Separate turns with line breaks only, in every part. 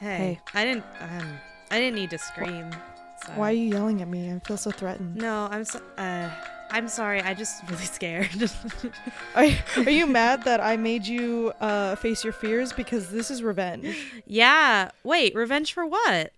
I didn't. Um, I didn't need to scream. So.
Why are you yelling at me? I feel so threatened.
No, I'm. So, uh, I'm sorry. I just really scared.
Are, are you mad that I made you uh, face your fears? Because this is revenge.
yeah. Wait. Revenge for what?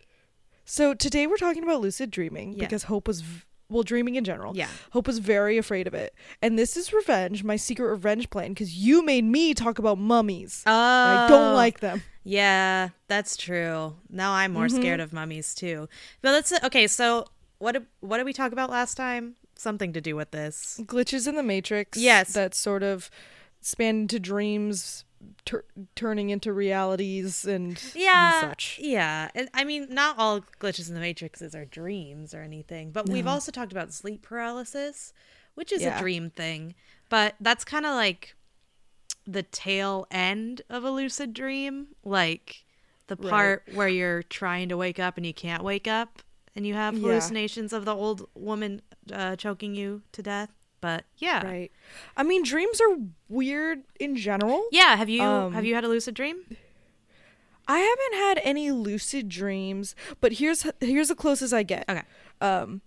So today we're talking about lucid dreaming
Yeah.
because Hope was, v- well, dreaming in general.
Yeah.
Hope was very afraid of it. And this is revenge, my secret revenge plan, because you made me talk about mummies.
Oh.
I don't like them.
Yeah, that's true. Now I'm more
Mm-hmm.
scared of mummies too. But let's okay. So what? did- What did we talk about last time? Something to do with this.
glitches in the matrix
Yes.
that sort of span into dreams tur- turning into realities and
Yeah.
and such
Yeah. And I mean, not all glitches in the matrices are dreams or anything, but we've also talked about sleep paralysis, which is
Yeah.
a dream thing, but that's kind of like the tail end of a lucid dream, like the part where you're trying to wake up and you can't wake up and you have
Yeah.
hallucinations of the old woman uh, choking you to death. But yeah.
right i mean dreams are weird in general
Yeah, have you
Um,
have you had a lucid dream?
i haven't had any lucid dreams but here's here's the closest i get
Okay.
um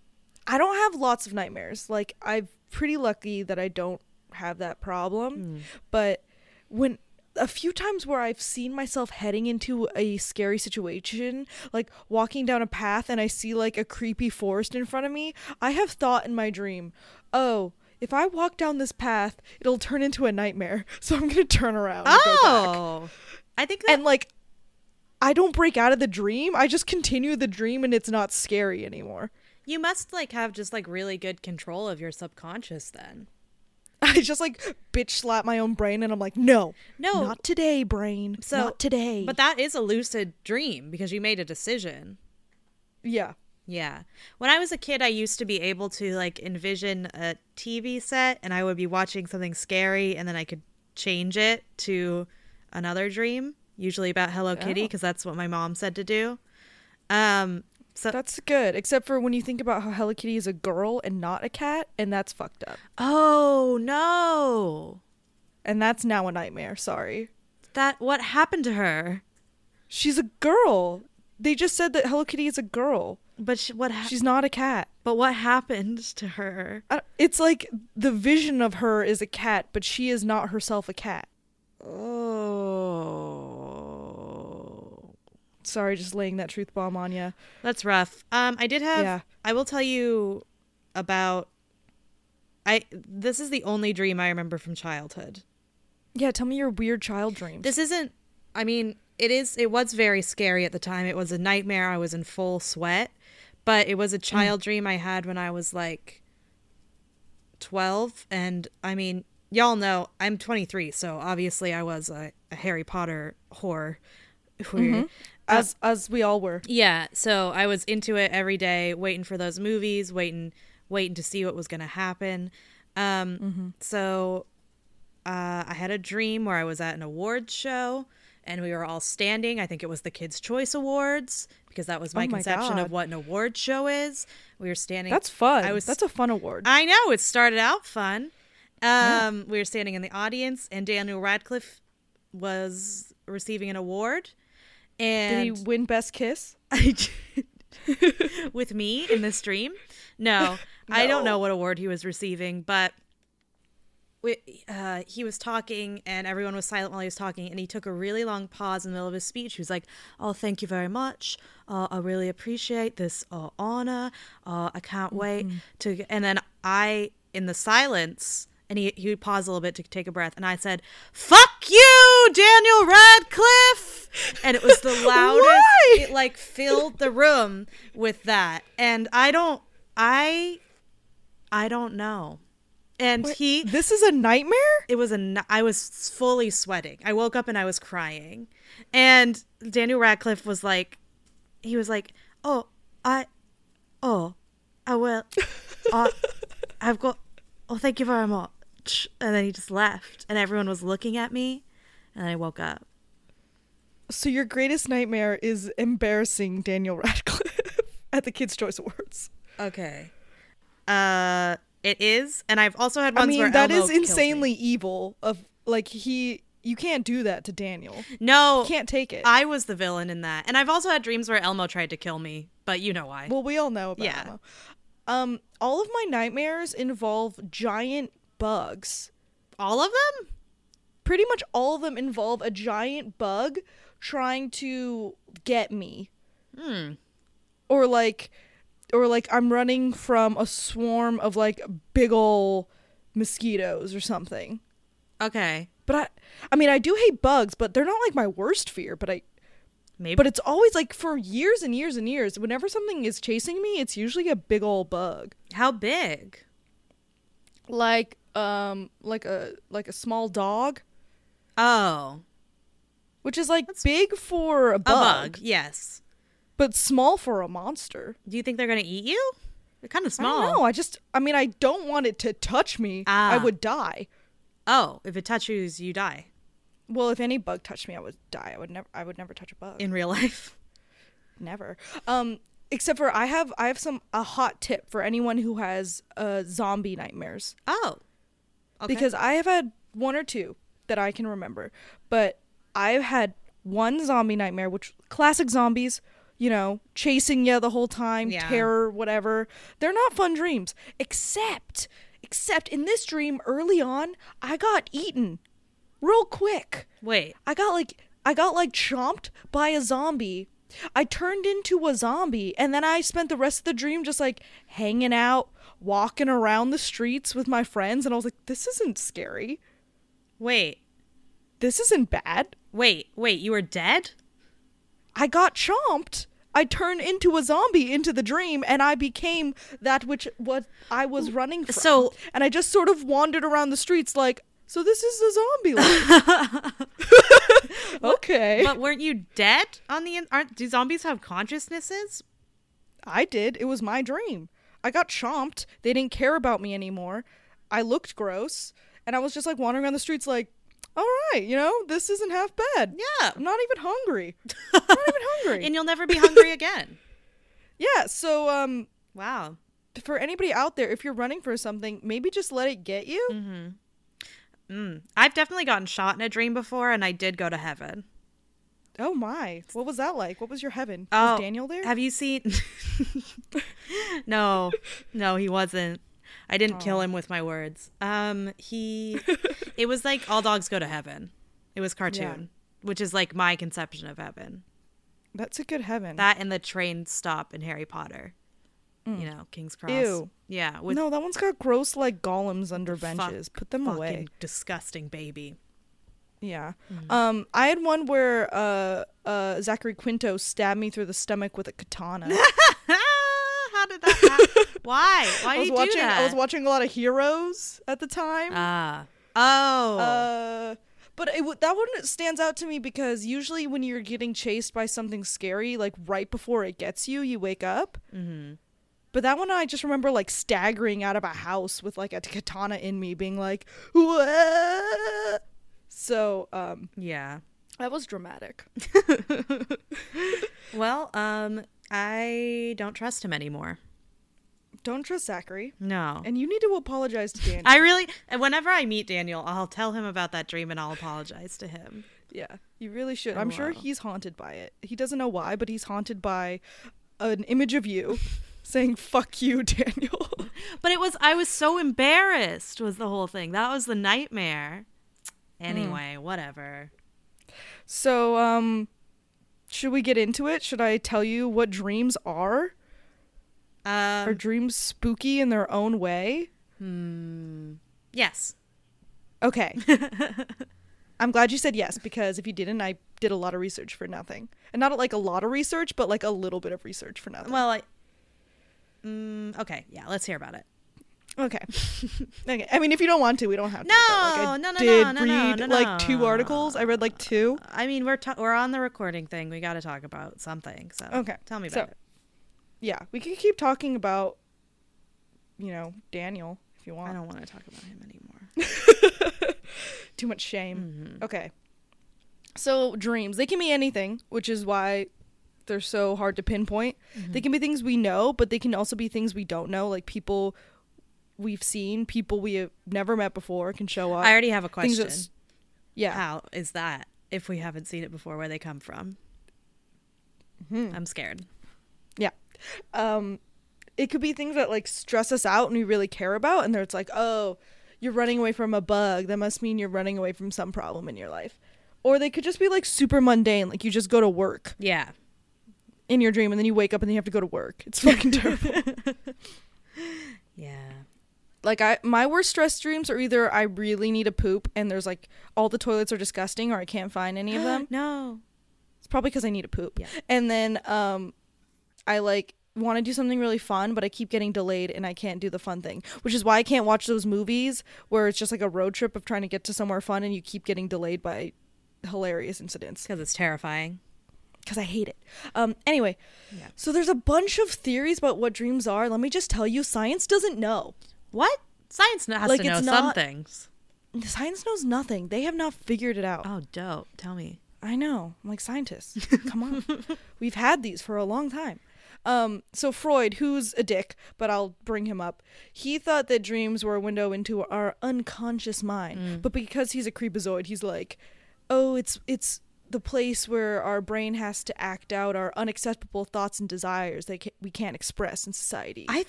i don't have lots of nightmares like i'm pretty lucky that i don't have that
Hmm.
problem but when a few times where i've seen myself heading into a scary situation like walking down a path and i see like a creepy forest in front of me i have thought in my dream oh if i walk down this path it'll turn into a nightmare so i'm gonna turn around and go back."
Oh. I think that
and like i don't break out of the dream i just continue the dream and it's not scary anymore
You must like have just like really good control of your subconscious then.
I just like bitch slap my own brain and I'm like, no.
No.
Not today, brain.
So
not today.
But that is a lucid dream because you made a decision.
yeah.
Yeah. When I was a kid, I used to be able to like envision a TV set and I would be watching something scary and then I could change it to another dream, usually about Hello Kitty
Oh.
because that's what my mom said to do. Um so
That's good. Except for when you think about how Hello Kitty is a girl and not a cat, and that's fucked up.
Oh no.
And that's now a nightmare, sorry.
That what happened to her?
She's a girl. They just said that Hello Kitty is a girl.
But sh- what ha-
She's not a cat.
but what happened to her?
I- It's like the vision of her is a cat, but she is not herself a cat.
Oh.
Sorry, just laying that truth bomb on you.
That's rough. Um I did have
Yeah.
I will tell you about I this is the only dream I remember from childhood.
Yeah, tell me your weird child dreams.
This isn't I mean, it is it was very scary at the time. It was a nightmare. I was in full sweat, but it was a child dream I had when I was like 12 and I mean, y'all know I'm 23, so obviously I was a, a Harry Potter whore. Whore.
as as we all were.
Yeah, so I was into it every day, waiting for those movies, waiting, waiting to see what was going to happen. Um,
Mm-hmm.
So uh, I had a dream where I was at an awards show and we were all standing. I think it was the Kids' Choice Awards because that was my,
Oh my
conception
God.
of what an awards show is. We were standing.
That's fun.
I was
that's a fun award.
I know it started out fun. Um, We were standing in the audience, and Daniel Radcliffe was receiving an award.
Did
And
he win best kiss?
I did- with me in this dream. No, I don't know what award he was receiving, but we, uh, he was talking and everyone was silent while he was talking. And he took a really long pause in the middle of his speech. He was like, "Oh, thank you very much. Uh, I really appreciate this uh, honor. Uh, I can't wait to." g-" And then I, in the silence. And he, he would pause a little bit to take a breath. And I said, Fuck you, Daniel Radcliffe! And it was the loudest.
Why?
It like filled the room with that. And I don't, I, I don't know. And he,
This is a nightmare?
it was a n- I was fully sweating. I woke up and I was crying. And Daniel Radcliffe was like he was like, "Oh, I oh, I will I, I've got oh, thank you very much." And then he just left and everyone was looking at me and I woke up.
So your greatest nightmare is embarrassing Daniel Radcliffe at the Kids Choice Awards.
Okay. Uh it is, and I've also had ones
I mean,
where
that
Elmo kills
is
me.
insanely evil of like he you can't do that to Daniel.
No,
Can't take it.
I was the villain in that. And I've also had dreams where Elmo tried to kill me, but you know why.
Well, we all know about
Yeah.
Elmo. Um, all of my nightmares involve giant bugs.
All of them?
Pretty much all of them involve a giant bug trying to get me. Hmm. Or like or like I'm running from a swarm of like big ol' mosquitoes or something.
Okay.
But I I mean I do hate bugs, but they're not like my worst fear, but I
Maybe.
but it's always like for years and years and years whenever something is chasing me, it's usually a big ol' bug.
How big?
like um like a like a small dog
Oh,
which is like big for a
a
bug,
bug. Yes.
but small for a monster
Do you think they're going to eat you? They're kind of
i
small.
don't know i just i mean i don't want it to touch me i
Ah.
would die
Oh, if it touches you, you die
well if any bug touched me i would die i would never i would never touch a bug
in real life.
never um except for i have i have some a hot tip for anyone who has uh zombie nightmares
Oh. Okay.
because I have had one or two that I can remember, but I've had one zombie nightmare, which classic zombies, you know, chasing you the whole time,
Yeah.
terror, whatever. They're not fun dreams, except, except in this dream early on, I got eaten real quick.
Wait.
I got like, I got like chomped by a zombie. I turned into a zombie, and then I spent the rest of the dream just like hanging out, walking around the streets with my friends, and I was like, this isn't scary.
Wait.
This isn't bad.
Wait. Wait. You were dead?
I got chomped. I turned into a zombie into the dream, and I became that which what I was running from.
So-
and I just sort of wandered around the streets like, so this is a zombie life. okay,
But weren't you dead on the in- aren't do zombies have consciousnesses?
I did. It was my dream. I got chomped. They didn't care about me anymore. I looked gross, and I was just like wandering around the streets like, all right, you know, this isn't half bad.
Yeah.
I'm not even hungry. I'm not even hungry.
And you'll never be hungry again.
yeah, so um
Wow.
for anybody out there, if you're running for something, maybe just let it get you.
Mm-hmm. I've definitely gotten shot in a dream before and I did go to heaven.
Oh my. What was that like? What was your heaven? was Daniel there?
Oh, Have you seen No. No, he wasn't. I didn't kill him with my words. Um he it was like all dogs go to heaven. It was cartoon, which is like my conception of heaven.
That's a good heaven.
That and the train stop in Harry Potter. You know, King's Cross.
Mm. Ew.
Yeah, with
no, that one's got gross like golems under
fuck-
benches. Put them
fucking
away.
disgusting baby.
Yeah.
Hmm.
Um I had one where uh uh Zachary Quinto stabbed me through the stomach with a katana.
How did that happen? Why? Why
I
do
was
you
watching
do that?
I was watching a lot of heroes at the time.
Ah. Oh.
Uh, but it w- that one stands out to me because usually when you're getting chased by something scary, like right before it gets you, you wake up. Mm-hmm. But that one, I just remember like staggering out of a house with like a katana in me, being like, "Wah!" So um,
yeah.
that was dramatic.
Well, um, I don't trust him anymore.
Don't trust Zachary,
No.
and you need to apologize to Daniel.
I really, whenever I meet Daniel, I'll tell him about that dream and I'll apologize to him.
yeah, you really should. I'm sure
will.
he's haunted by it. He doesn't know why, but he's haunted by an image of you saying "fuck you, Daniel."
But it was, I was so embarrassed, was the whole thing. That was the nightmare. Anyway, whatever.
So, um, should we get into it? Should I tell you what dreams are?
Um,
are dreams spooky in their own way?
yes.
Okay. I'm glad you said yes because if you didn't, I did a lot of research for nothing. And not like a lot of research, but like a little bit of research for nothing.
Well, I, mm, okay. Yeah, let's hear about it.
okay. okay. I mean, if you don't want to, we don't have to. but, like,
No,
I
no, no,
did
no, no, no,
read
no, Uh,
like two
no.
articles. I read like two.
I mean, we're ta- we're on the recording thing. We got to talk about something. So
Okay,
tell me
so-
about it.
Yeah, we could keep talking about, you know, Daniel if you want.
I don't want to talk about him anymore.
too much shame.
Mm-hmm.
Okay. So dreams, they can be anything, which is why they're so hard to pinpoint.
Mm-hmm.
They can be things we know, but they can also be things we don't know, like people we've seen, people we have never met before can show up.
I already have a
Things
question.
that's- Yeah.
How is that if we haven't seen it before where they come from? I'm scared.
Yeah. Um it could be things that like stress us out and we really care about and it's like, "Oh, you're running away from a bug. That must mean you're running away from some problem in your life." Or they could just be like super mundane, like you just go to work
Yeah.
in your dream and then you wake up and then you have to go to work. It's fucking terrible.
Yeah.
Like I my worst stress dreams are either I really need a poop and there's like all the toilets are disgusting or I can't find any of them.
no.
It's probably because I need a poop.
Yeah.
And then um, I like want to do something really fun, but I keep getting delayed and I can't do the fun thing, which is why I can't watch those movies where it's just like a road trip of trying to get to somewhere fun and you keep getting delayed by hilarious incidents
Because it's terrifying.
because I hate it. Um, anyway,
Yeah.
so there's a bunch of theories about what dreams are. Let me just tell you, science doesn't know.
What? Science kn- has
Like,
to know
it's
some
not-
things.
Science knows nothing. They have not figured it out.
Oh, dope. Tell me.
I know. I'm like scientists. Come on. We've had these for a long time. Um, so Freud, who's a dick, but I'll bring him up. He thought that dreams were a window into our unconscious mind. But because he's a creepazoid, he's like, "Oh, it's it's the place where our brain has to act out our unacceptable thoughts and desires that ca- we can't express in society."
I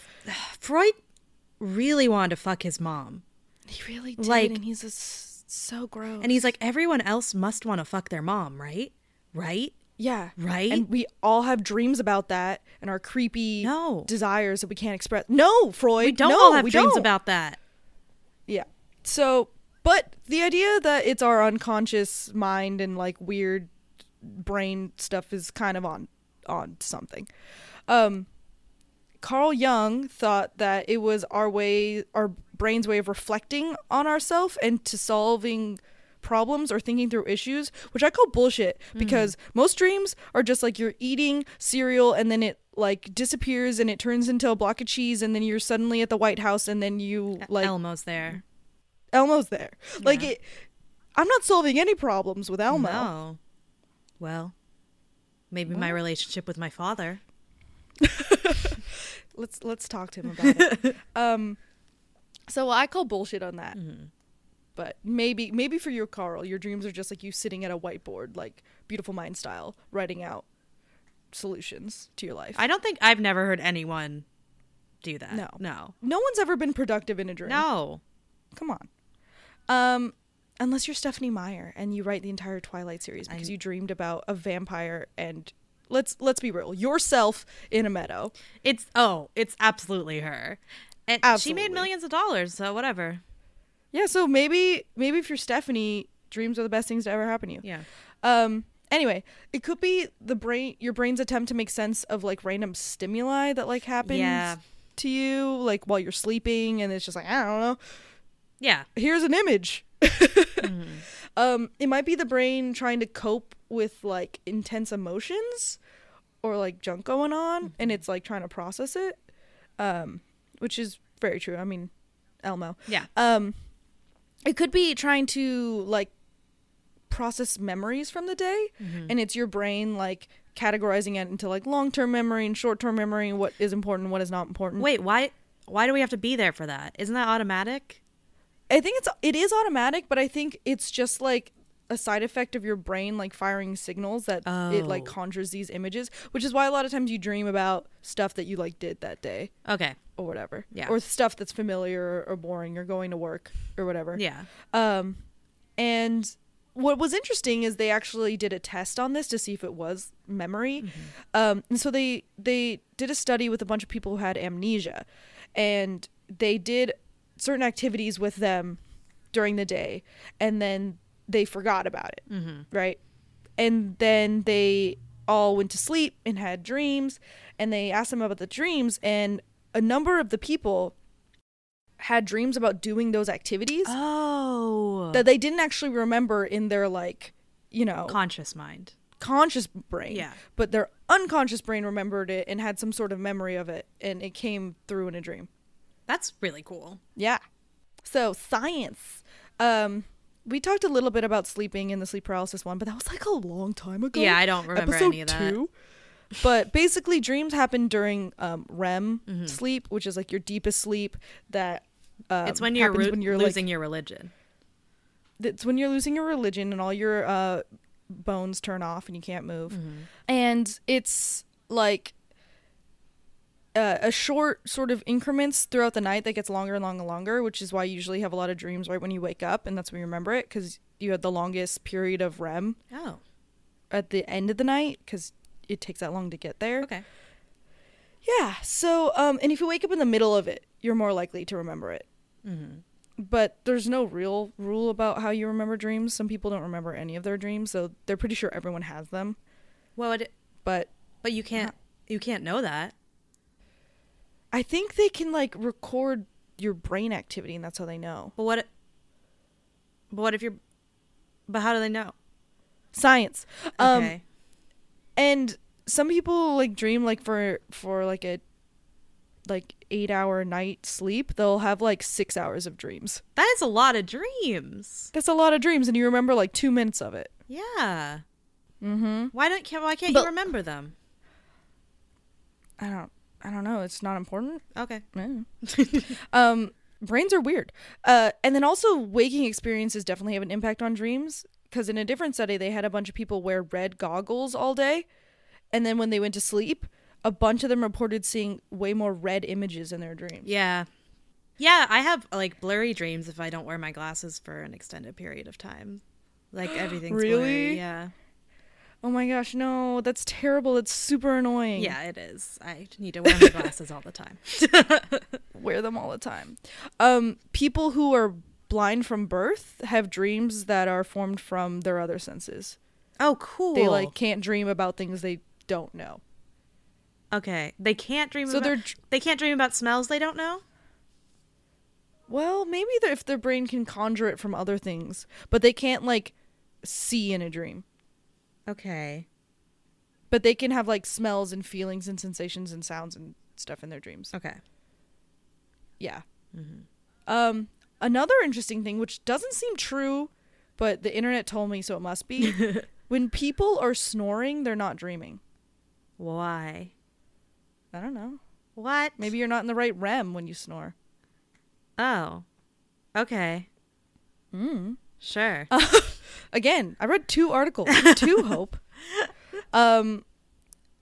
Freud really wanted to fuck his mom.
he really did,
Like-
and he's a s so gross.
And he's like everyone else must want to fuck their mom, right? Right?
Yeah.
Right?
And we all have dreams about that and our creepy
No.
desires that we can't express. No, Freud.
We don't
no,
all have
we
dreams
don't.
about that.
Yeah. So, but the idea that it's our unconscious mind and like weird brain stuff is kind of on on something. Um Carl Jung thought that it was our way our brain's way of reflecting on ourselves and to solving problems or thinking through issues, which I call bullshit because most dreams are just like you're eating cereal and then it like disappears and it turns into a block of cheese and then you're suddenly at the White House and then you like
Elmo's there.
Elmo's there. Like it, I'm not solving any problems with Elmo.
No. Well, maybe my relationship with my father.
Let's let's talk to him about it. um, so I call bullshit on that.
Mm-hmm.
But maybe maybe for your Carl, your dreams are just like you sitting at a whiteboard, like beautiful mind style, writing out solutions to your life.
I don't think I've never heard anyone do that.
No.
No.
no one's ever been productive in a dream.
No.
Come on. Um, unless you're Stephanie Meyer and you write the entire Twilight series because
I'm-
you dreamed about a vampire and let's let's be real, yourself in a meadow.
It's oh, it's absolutely her. And she
Absolutely.
made millions of dollars, so whatever.
Yeah, so maybe maybe if you're Stephanie, dreams are the best things to ever happen to you.
Yeah.
Um anyway, it could be the brain your brain's attempt to make sense of like random stimuli that like happens
Yeah.
to you like while you're sleeping and it's just like I don't know.
Yeah.
Here's an image.
Hmm.
Um it might be the brain trying to cope with like intense emotions or like junk going on
Mm-hmm.
and it's like trying to process it. Um which is very true. I mean, Elmo
Yeah.
um it could be trying to like process memories from the day
Mm-hmm.
and it's your brain like categorizing it into like long-term memory and short-term memory and what is important and what is not important
Wait, why why do we have to be there for that? Isn't that automatic?
i think it's it is automatic but i think it's just like a side effect of your brain like firing signals that it like
Oh.
conjures these images which is why a lot of times you dream about stuff that you like did that day
Okay.
or whatever
Yeah.
or stuff that's familiar or boring or going to work or whatever
Yeah.
Um, and what was interesting is they actually did a test on this to see if it was memory. Um, and so they they did a study with a bunch of people who had amnesia, and they did certain activities with them during the day, and then they forgot about it, right? And then they all went to sleep and had dreams, and they asked them about the dreams, and a number of the people had dreams about doing those activities
Oh.
that they didn't actually remember in their like you know
conscious mind.
conscious brain
Yeah.
but their unconscious brain remembered it and had some sort of memory of it and it came through in a dream
That's really cool.
yeah so science um we talked a little bit about sleeping in the sleep paralysis one but that was like a long time ago
Yeah, I don't remember
episode
any of that.
two but basically dreams happen during um, rem
Mm-hmm.
sleep which is like your deepest sleep that um,
it's when you're,
happens
ru-
when you're like,
losing your religion.
it's when you're losing your religion and all your uh, bones turn off and you can't move. And it's like uh, a short sort of increments throughout the night that gets longer and longer and longer, which is why you usually have a lot of dreams right when you wake up. And that's when you remember it because you had the longest period of REM
Oh,
at the end of the night because it takes that long to get there.
okay.
Yeah. So, um, and if you wake up in the middle of it, you're more likely to remember it. But there's no real rule about how you remember dreams. Some people don't remember any of their dreams, so they're pretty sure everyone has them.
Well, it,
But
but you can't you can't know that.
I think they can like record your brain activity, and that's how they know.
But what? But what if you're? But how do they know?
Science. Um,
okay.
and some people like dream like for for like a like eight hour night sleep they'll have like six hours of dreams
That is a lot of dreams.
that's a lot of dreams and you remember like two minutes of it
Yeah.
mm-hmm
Why don't can, why can't
But-
you remember them?
I don't I don't know. It's not important.
Okay.
Mm. um brains are weird. Uh and then also waking experiences definitely have an impact on dreams because in a different study they had a bunch of people wear red goggles all day and then when they went to sleep a bunch of them reported seeing way more red images in their dreams.
Yeah. Yeah, I have like blurry dreams if I don't wear my glasses for an extended period of time. Like everything's blurry.
Really?
Yeah.
Oh my gosh, no. That's terrible. That's super annoying.
Yeah, it is. I need to wear my glasses all the time.
Wear them all the time. Um people who are blind from birth have dreams that are formed from their other senses.
oh, cool.
they like can't dream about things they don't know.
Okay. They can't dream
So
about
they're dr-
they can't dream about smells they don't know?
Well, maybe they're- if their brain can conjure it from other things, but they can't like see in a dream.
Okay.
But they can have like smells and feelings and sensations and sounds and stuff in their dreams.
Okay.
Yeah. Um, another interesting thing, which doesn't seem true, but the internet told me so it must be. when people are snoring, they're not dreaming.
Why?
I don't know.
What?
Maybe you're not in the right REM when you snore.
Oh. Okay.
Mm.
Sure.
again, I read two articles, two hope. Um,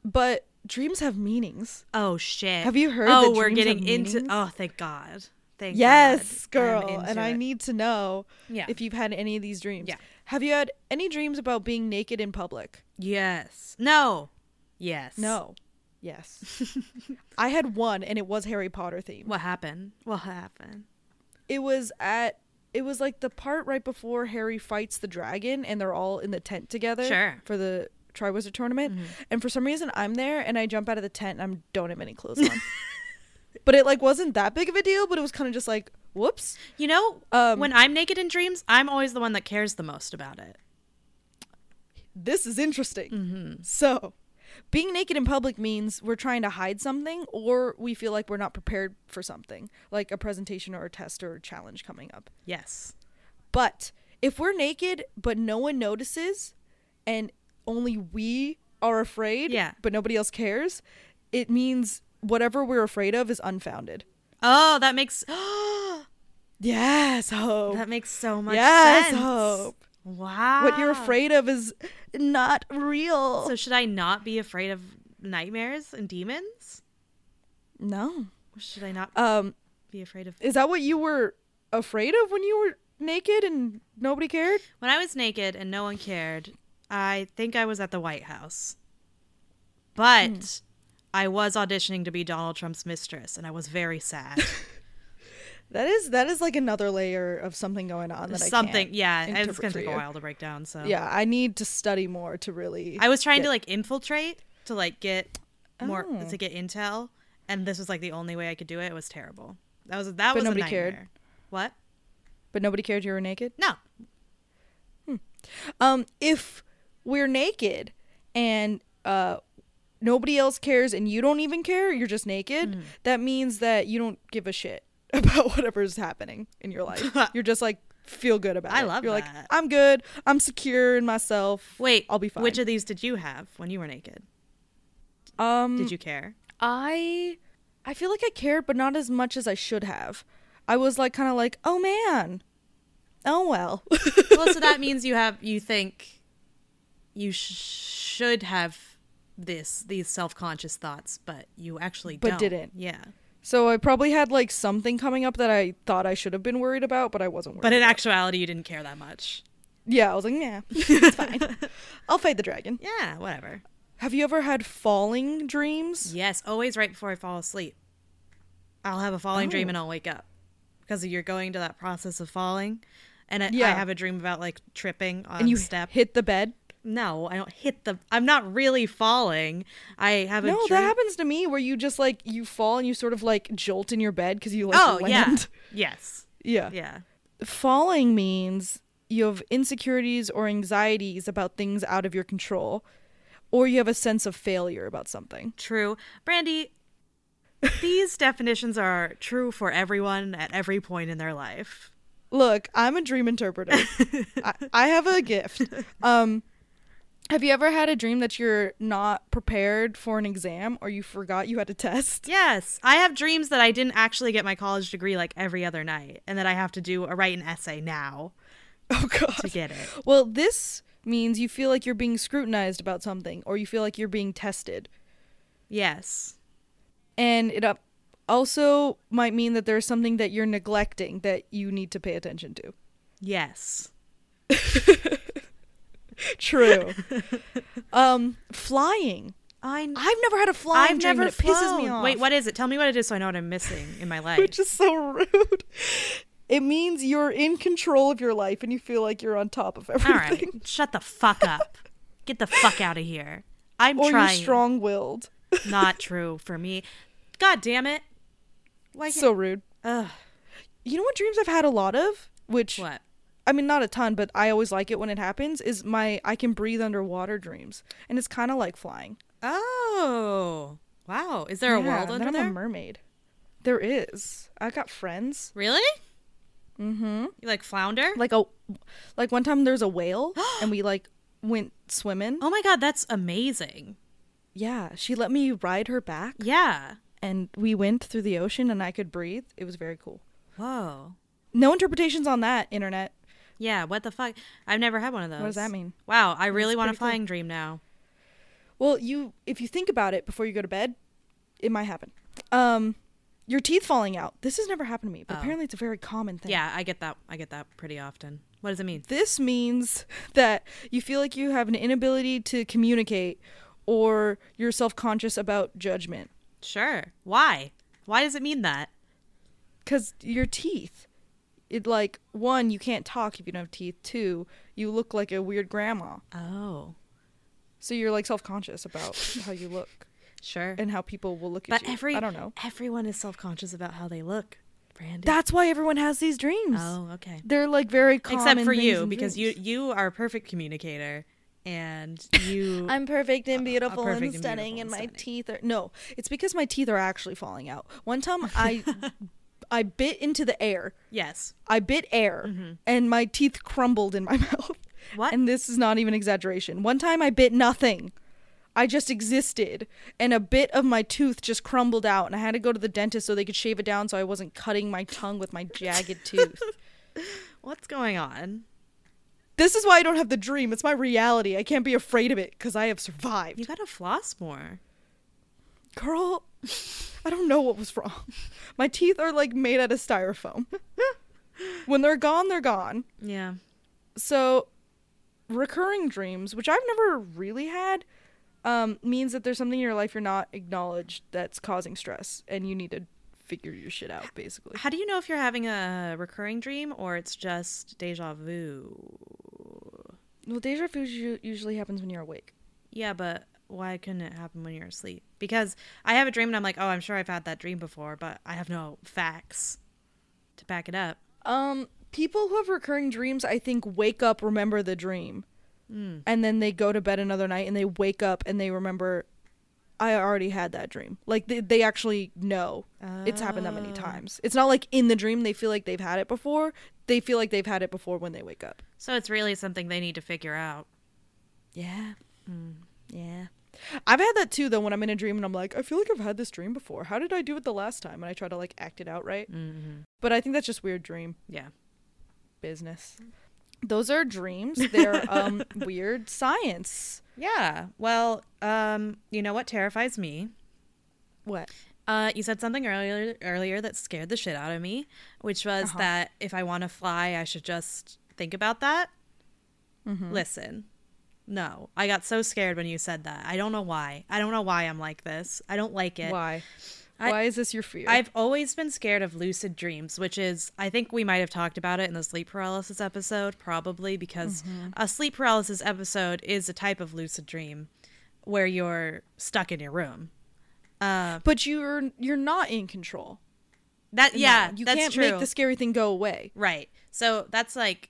but dreams have meanings.
Oh shit!
Have you heard
Oh,
that
we're
dreams have
getting into.
meanings?
Oh, thank God! Thank
yes,
God. I'm
girl, and
into
I
it.
need to know
Yeah.
if you've had any of these dreams.
Yeah.
Have you had any dreams about being naked in public?
yes. No. Yes.
No. Yes. I had one, and it was Harry Potter themed.
What happened? What happened?
It was at. It was like the part right before Harry fights the dragon, and they're all in the tent together
Sure.
for the Triwizard Tournament. And for some reason, I'm there, and I jump out of the tent, and I don't have any clothes on. but it like wasn't that big of a deal, but it was kind of just like, whoops.
You know,
Um,
when I'm naked in dreams, I'm always the one that cares the most about it.
this is interesting. So, being naked in public means we're trying to hide something or we feel like we're not prepared for something, like a presentation or a test or a challenge coming up.
Yes.
But if we're naked but no one notices and only we are afraid,
Yeah.
but nobody else cares, it means whatever we're afraid of is unfounded.
Oh, that makes
Yes, hope.
that makes so much
Yes,
sense.
hope.
Wow.
what you're afraid of is not real.
Ah. So should I not be afraid of nightmares and demons?
no.
Should I not
Um
be afraid of
Is that what you were afraid of when you were naked and nobody cared?
When I was naked and no one cared, I think I was at the White House. But
Hmm.
I was auditioning to be Donald Trump's mistress, and I was very sad.
That is that is like another layer of something going on that I
Something,
can't
yeah, it's
interpret
gonna
for
take a
you.
while to break down. So
Yeah, I need to study more to really.
I was trying to
Yeah.
like infiltrate to like get more
Oh.
to get intel, and this was like the only way I could do it. It was terrible. That was that was a
nobody
nightmare.
cared.
What?
but nobody cared you were naked.
No.
Um, if we're naked and uh, nobody else cares and you don't even care, you're just naked.
Mm.
That means that you don't give a shit about whatever's happening in your life. you're just like feel good about
I
it.
love
You're like
that.
I'm good. I'm secure in myself.
Wait.
I'll be fine.
Which of these did you have when you were naked?
um,
Did you care?
I I feel like I cared, but not as much as I should have. I was like kind of like, oh man, Oh well.
well, so that means you have you think you sh- should have this these self-conscious thoughts, but you actually
But
don't.
didn't.
Yeah.
so I probably had like something coming up that I thought I should have been worried about, but I wasn't worried.
But in
about.
actuality, you didn't care that much.
yeah, I was like, nah, it's fine. I'll fight the dragon.
Yeah, whatever.
Have you ever had falling dreams?
Yes, always right before I fall asleep. I'll have a falling dream
Oh.
and I'll wake up because you're going to that process of falling. And I, I
Yeah.
have a dream about like tripping on
and you
step.
hit the bed.
no, I don't hit the. I'm not really falling. I have a
No,
dream.
that happens to me where you just like you fall and you sort of like jolt in your bed because you like
oh yeah.
land.
Yes.
Yeah.
Yeah.
Falling means you have insecurities or anxieties about things out of your control, or you have a sense of failure about something.
True. Brandy, these definitions are true for everyone at every point in their life.
Look, I'm a dream interpreter. I, I have a gift. Um, have you ever had a dream that you're not prepared for an exam or you forgot you had a test?
Yes, I have dreams that I didn't actually get my college degree like every other night and that I have to do a write an essay now
Oh
to
god.
get it.
Well, this means you feel like you're being scrutinized about something or you feel like you're being tested.
Yes.
And it up also might mean that there's something that you're neglecting that you need to pay attention to.
Yes.
True. um, flying.
I
I've never had a flying
I've
dream,
never
but it pisses me
flown.
off.
Wait, what is it? Tell me what it is so I know what I'm missing in my life.
Which is so rude. It means you're in control of your life and you feel like you're on top of
All
everything.
right. Shut the fuck up. Get the fuck out of here. I'm
Or
trying.
you're strong willed.
Not true for me. God damn it. Why can't
so rude.
Ugh.
You know what dreams I've had a lot of? Which
What?
I mean, not a ton, but I always like it when it happens. Is my I can breathe underwater dreams, and it's kind of like flying.
Oh, wow. Is there a
Yeah,
world
and
under
then I'm
there?
a mermaid. There is. I got friends.
really?
Mm-hmm.
You like flounder?
Like a, like one time there was a whale, and we like went swimming.
oh my god, that's amazing.
Yeah, she let me ride her back,
Yeah.
and we went through the ocean, and I could breathe. It was very cool.
Whoa.
No interpretations on that internet.
Yeah, what the fuck? I've never had one of those.
does that mean?
Wow, I really want a
pretty cool.
flying dream now.
Well, you if you think about it before you go to bed, it might happen. Um, your teeth falling out. This has never happened to me, but
Oh.
apparently it's a very common thing.
Yeah, I get that. I get that pretty often. What does it mean?
This means that you feel like you have an inability to communicate or you're self-conscious about judgment
Sure. Why? Why does it mean that?
cuz your teeth. It like one, you can't talk if you don't have teeth. Two, you look like a weird grandma.
Oh,
So you're like self-conscious about how you look
sure.
and how people will look at
but
you.
every
I don't know.
Everyone is self-conscious about how they look. Brandy.
That's why everyone has these dreams.
oh, okay.
They're like very common.
Except for
things
you
in
because you
dreams.
you are a perfect communicator and you
I'm perfect and beautiful
perfect
and
and
stunning,
beautiful
and
and
my
stunning.
teeth are no. It's because my teeth are actually falling out. One time I, I bit into the air.
Yes.
I bit air, and my teeth crumbled in my mouth.
What?
And this is not even exaggeration. One time I bit nothing. I just existed, and a bit of my tooth just crumbled out, and I had to go to the dentist so they could shave it down so I wasn't cutting my tongue with my jagged tooth.
What's going on?
This is why I don't have the dream. It's my reality. I can't be afraid of it because I have
You
survived.
gotta floss more.
Girl, I don't know what was wrong. My teeth are like made out of styrofoam. when they're gone, they're gone.
Yeah.
So, recurring dreams, which I've never really had, um, means that there's something in your life you're not acknowledged that's causing stress and you need to figure your shit out, basically.
How do you know if you're having a recurring dream or it's just deja vu?
Well, deja vu usu- usually happens when you're awake.
Yeah, but why couldn't it happen when you're asleep? Because I have a dream and I'm like, oh, I'm sure I've had that dream before, but I have no facts to back it up.
Um, people who have recurring dreams, I think, wake up, remember the dream, and then they go to bed another night, and they wake up and they remember, I already had that dream. Like they they actually know it's happened that many times. It's not like in the dream they feel like they've had it before. They feel like they've had it before when they wake up.
So it's really something they need to figure out.
Yeah, yeah. I've had that too though when I'm in a dream and I'm like, I feel like I've had this dream before. How did I do it the last time? And I try to like act it out right. But I think that's just weird dream
Yeah.
business. Those are dreams. They're um, weird science.
Yeah. Well, um, you know what terrifies me?
What?
Uh, you said something earlier earlier that scared the shit out of me, which was
Uh-huh.
that if I want to fly, I should just think about that.
Mm-hmm.
Listen, no, I got so scared when you said that. I don't know why. I don't know why I'm like this. I don't like it.
Why?
I-
Why is this your fear?
I've always been scared of lucid dreams, which is, I think we might have talked about it in the sleep paralysis episode, probably, because
Mm-hmm.
a sleep paralysis episode is a type of lucid dream where you're stuck in your room.
Uh-huh. but you're you're not in control.
That, yeah,
No, you
that's
can't
true.
make the scary thing go away.
Right. So that's like,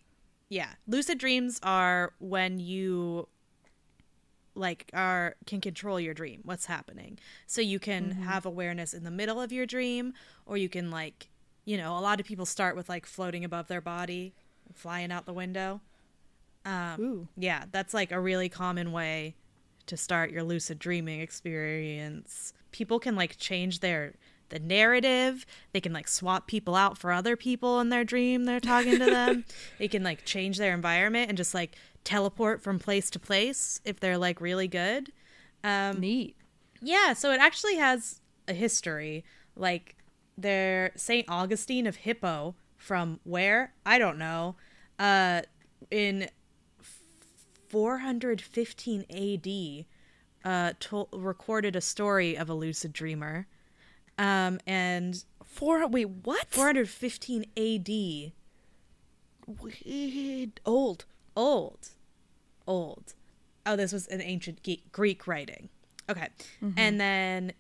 yeah, lucid dreams are when you like are can control your dream what's happening so you can have awareness in the middle of your dream or you can like you know a lot of people start with like floating above their body flying out the window Um,
Ooh.
yeah that's like a really common way to start your lucid dreaming experience people can like change their the narrative they can like swap people out for other people in their dream they're talking to them they can like change their environment and just like teleport from place to place if they're like really good um,
Neat.
yeah, so it actually has a history. Like their Saint Augustine of Hippo from where? I don't know. Uh in 415 AD uh to- recorded a story of a lucid dreamer. Um and
Four wait, what?
415 AD
Weird. Old.
old old oh this was an ancient geek, greek writing okay and then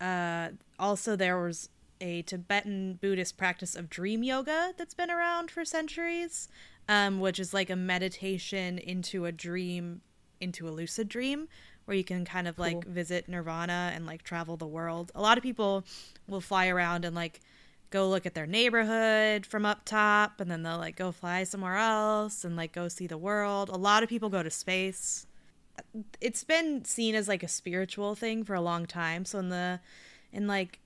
uh also there was a tibetan buddhist practice of dream yoga that's been around for centuries um which is like a meditation into a dream into a lucid dream where you can kind of like visit nirvana and like travel the world a lot of people will fly around and like go look at their neighborhood from up top and then they'll like go fly somewhere else and like go see the world. A lot of people go to space. It's been seen as like a spiritual thing for a long time. So in the in like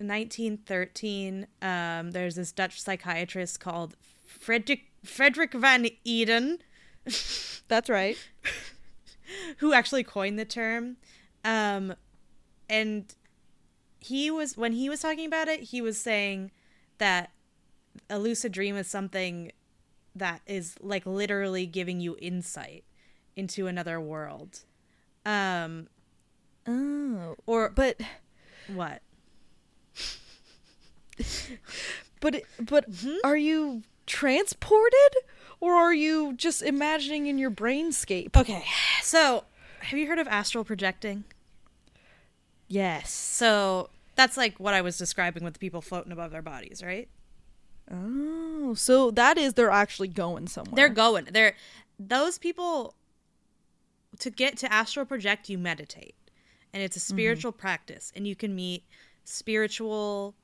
1913, um, there's this Dutch psychiatrist called Frederick Frederick van Eden
That's right.
who actually coined the term. Um, and he was when he was talking about it, he was saying that a lucid dream is something that is like literally giving you insight into another world. Um,
Oh.
or
But
what?
but it- but
Mm-hmm.
are you transported or are you just imagining in your brainscape?
Okay, so have you heard of astral projecting?
Yes.
So that's like what I was describing with the people floating above their bodies, right?
Oh, so that is they're actually going somewhere.
They're going. They're those people to get to astral project you meditate. And it's a spiritual practice and you can meet spiritual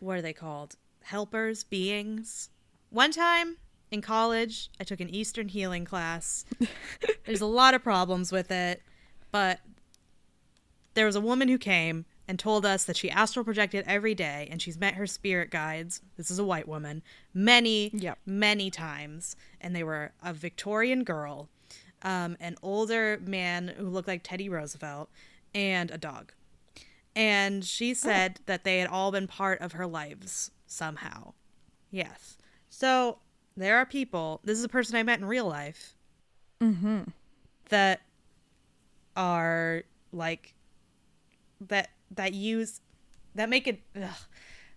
what are they called? Helpers, beings. One time in college, I took an Eastern healing class. There's a lot of problems with it, but there was a woman who came and told us that she astral projected every day and she's met her spirit guides. This is a white woman. Many,
Yep.
many times. And they were a Victorian girl, um, an older man who looked like Teddy Roosevelt, and a dog. And she said that they had all been part of her lives somehow. Yes. So there are people, this is a person I met in real life, that are like that that use that make it ugh.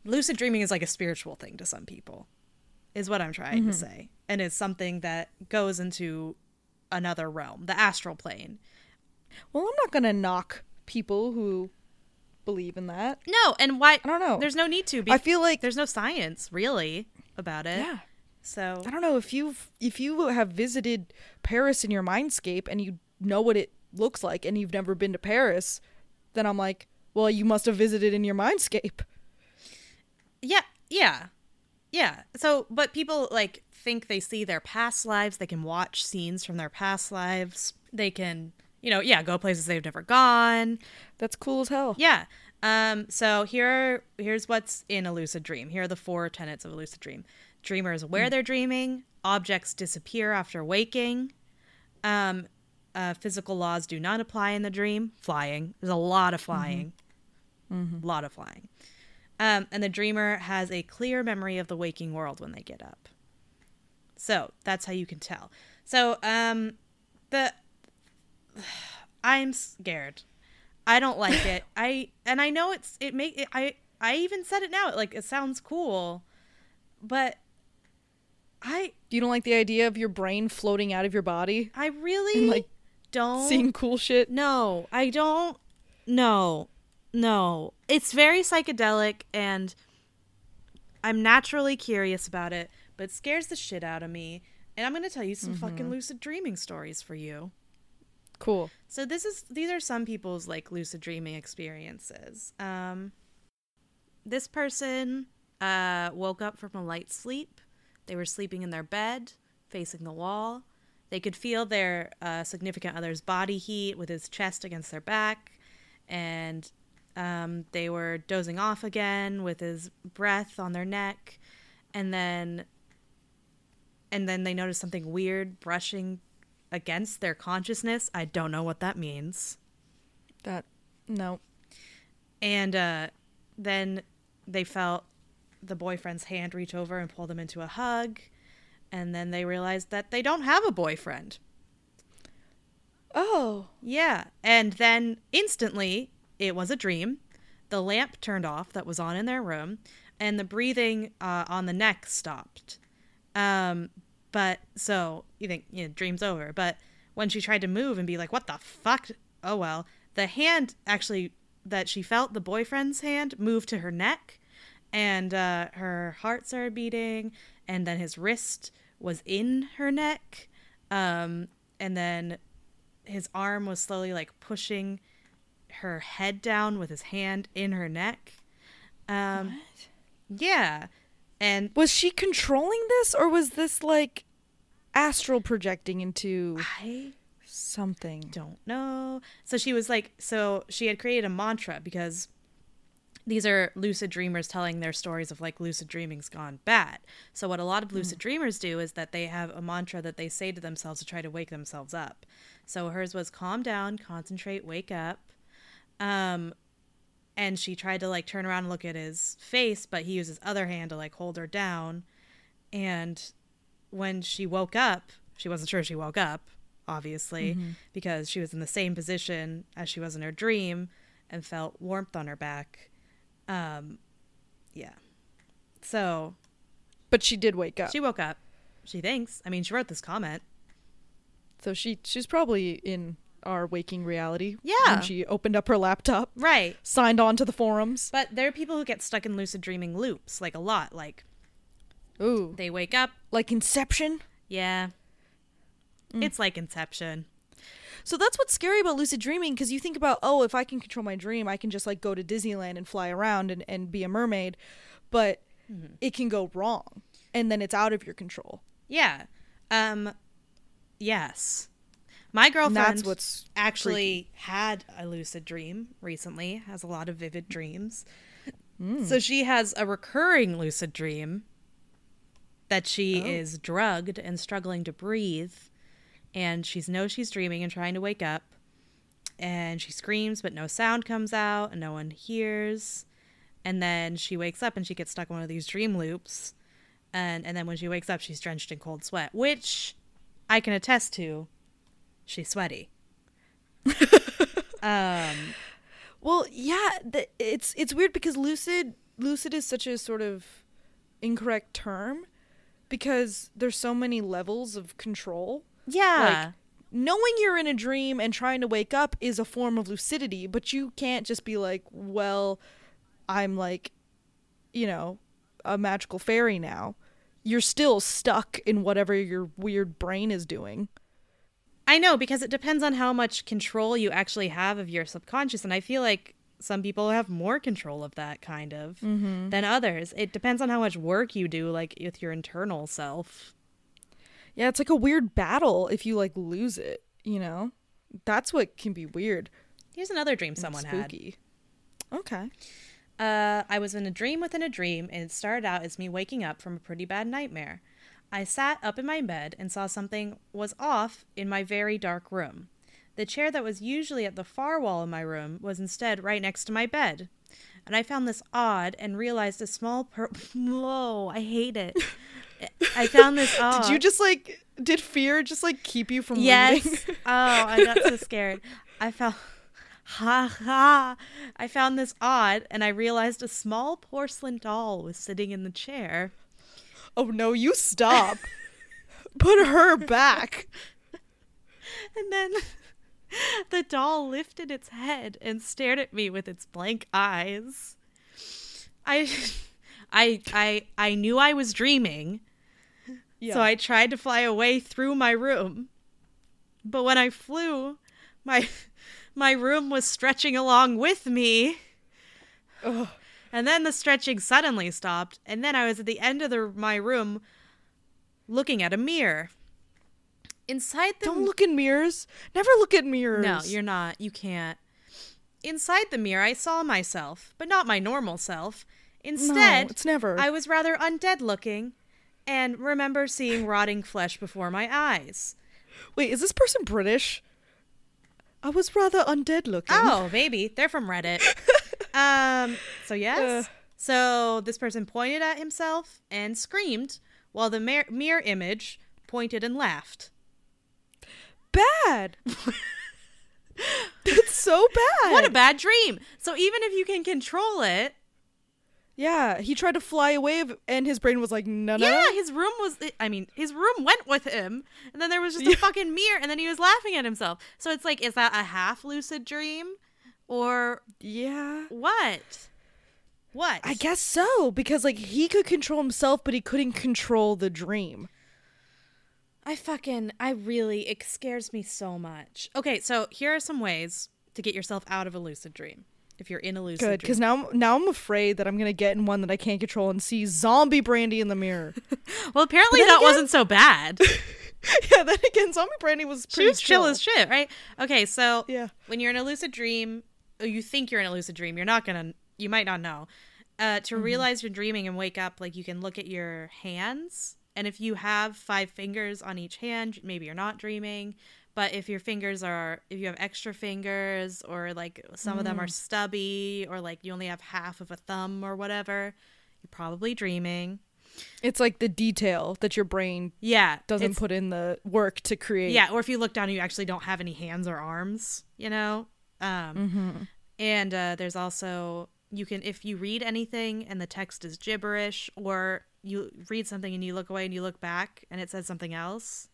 lucid dreaming is like a spiritual thing to some people is what i'm trying
Mm-hmm.
to say and it's something that goes into another realm the astral plane
Well, I'm not going to knock people who believe in that.
no and why
I don't know.
there's no need to be,
I feel like
there's no science really about it
yeah.
so
I don't know if you've if you have visited Paris in your mindscape and you know what it looks like and you've never been to Paris, then I'm like, well, you must have visited in your mindscape.
Yeah, yeah, yeah. So, but people like think they see their past lives. They can watch scenes from their past lives. They can, you know, yeah, go places they've never gone.
That's cool as hell.
Yeah. Um, so here here's what's in a lucid dream. Here are the four tenets of a lucid dream. Dreamer is aware they're dreaming. objects disappear after waking. Um, uh, physical laws do not apply in the dream. Flying. There's a lot of flying. A lot of flying. Um, and the dreamer has a clear memory of the waking world when they get up. So that's how you can tell. So um, the I'm scared. I don't like it. I and I know it's it make it, I I even said it now. It like it sounds cool, but I
You don't like the idea of your brain floating out of your body,
I really
like,
don't
seeing cool shit.
no, I don't. No, no. It's very psychedelic, and I'm naturally curious about it, but it scares the shit out of me. And I'm going to tell you some fucking
Mm-hmm.
lucid dreaming stories for you.
Cool.
So this is these are some people's like lucid dreaming experiences. Um, this person uh, woke up from a light sleep. They were sleeping in their bed, facing the wall. They could feel their uh, significant other's body heat with his chest against their back, and um, they were dozing off again with his breath on their neck, and then and then they noticed something weird brushing against their consciousness. I don't know what that means.
That no.
And uh, then they felt the boyfriend's hand reach over and pull them into a hug. And then they realized that they don't have a boyfriend.
Oh.
Yeah. And then instantly, it was a dream. The lamp turned off that was on in their room, and the breathing uh, on the neck stopped. Um, but so you think, you know, dream's over. But when she tried to move and be like, what the fuck? Oh, well, the hand actually that she felt, the boyfriend's hand, moved to her neck, and uh, her heart started beating, and then his wrist was in her neck. Um, and then his arm was slowly like pushing her head down with his hand in her neck. Um, Yeah. And
Was she controlling this or was this like astral projecting into
I
something?
don't know. So she was like, so she had created a mantra because these are lucid dreamers telling their stories of like lucid dreaming's gone bad. So what a lot of lucid dreamers do is that they have a mantra that they say to themselves to try to wake themselves up. So hers was calm down, concentrate, wake up. Um and she tried to like turn around and look at his face, but he used his other hand to like hold her down. And when she woke up, she wasn't sure she woke up, obviously, because she was in the same position as she was in her dream and felt warmth on her back. Um, yeah. So
But she did wake up.
she woke up. She thinks. I mean, she wrote this comment.
so she she's probably in our waking reality.
Yeah.
When she opened up her laptop,
Right.
signed on to the forums.
But there are people who get stuck in lucid dreaming loops, like a lot. Like
Ooh.
they wake up.
Like Inception.
Yeah. It's like Inception.
So that's what's scary about lucid dreaming because you think about, oh, if I can control my dream, I can just like go to Disneyland and fly around and, and be a mermaid. But it can go wrong and then it's out of your control.
Yeah. Um yes. My girlfriend
That's what's
actually had a lucid dream recently, has a lot of vivid dreams.
Hmm.
So she has a recurring lucid dream that
Oh.
she is drugged and struggling to breathe and she knows she's dreaming and trying to wake up and she screams but no sound comes out and no one hears and then she wakes up and she gets stuck in one of these dream loops and and then when she wakes up she's drenched in cold sweat which i can attest to she's sweaty um
Well, yeah, the, it's it's weird because lucid lucid is such a sort of incorrect term because there's so many levels of control.
yeah
Knowing you're in a dream and trying to wake up is a form of lucidity, but you can't just be like, well, I'm like, you know, a magical fairy now. You're still stuck in whatever your weird brain is doing.
I know because it depends on how much control you actually have of your subconscious, and I feel like some people have more control of that kind of than others. It depends on how much work you do, like with your internal self.
Yeah, it's like a weird battle if you like lose it, you know? That's what can be weird.
Here's another dream someone had.
spooky. Okay.
Uh, I was in a dream within a dream, and it started out as me waking up from a pretty bad nightmare. I sat up in my bed and saw something was off in my very dark room. The chair that was usually at the far wall of my room was instead right next to my bed. And I found this odd and realized a small per- Whoa, I hate it. I found this odd.
Did you just like did fear just like keep you from
Yes.
reading?
oh, I got so scared. I found ha ha. I found this odd and I realized a small porcelain doll was sitting in the chair.
oh no, you stop. Put her back.
And then the doll lifted its head and stared at me with its blank eyes. I I I I knew I was dreaming,
Yeah.
so I tried to fly away through my room. But when I flew, my my room was stretching along with me.
Ugh.
And then the stretching suddenly stopped, and then I was at the end of the, my room looking at a mirror. Inside the
Don't look in mirrors. Never look at mirrors.
no, you're not. You can't. Inside the mirror, I saw myself, but not my normal self. Instead,
No, it's never.
I was rather undead looking and remember seeing rotting flesh before my eyes.
Wait, is this person British? I was rather undead looking.
Oh, maybe. They're from Reddit. um, so, yes.
Uh.
So, this person pointed at himself and screamed, while the mir- mirror image pointed and laughed.
Bad. That's so bad.
What a bad dream! So, even if you can control it,
yeah, he tried to fly away of- and his brain was like, no, no.
Yeah, his room was. I mean, his room went with him, and then there was just a fucking mirror, and then he was laughing at himself. So it's like, is that a half lucid dream, or
Yeah.
what? What?
I guess so because like he could control himself but he couldn't control the dream.
I fucking. I really. It scares me so much. Okay, so here are some ways to get yourself out of a lucid dream if you're in a lucid
Good,
dream.
because now I'm- now I'm afraid that I'm gonna get in one that I can't control and see zombie Brandy in the mirror.
Well, apparently that
then again-
wasn't so bad.
yeah, then again, zombie Brandy was
she
pretty
was chill as shit, right? Okay, so
Yeah.
when you're in a lucid dream, or you think you're in a lucid dream, you're not gonna, you might not know. Uh, to
Mm-hmm.
realize you're dreaming and wake up, like you can look at your hands, and if you have five fingers on each hand, maybe you're not dreaming. But if your fingers are, if you have extra fingers, or like some of them
Mm.
are stubby, or like you only have half of a thumb or whatever, you're probably dreaming.
It's like the detail that your brain
Yeah,
doesn't
it's-
put in the work to create.
Yeah, or if you look down and you actually don't have any hands or arms, you know? Um, And uh, there's also, you can, if you read anything and the text is gibberish, or you read something and you look away and you look back and it says something else,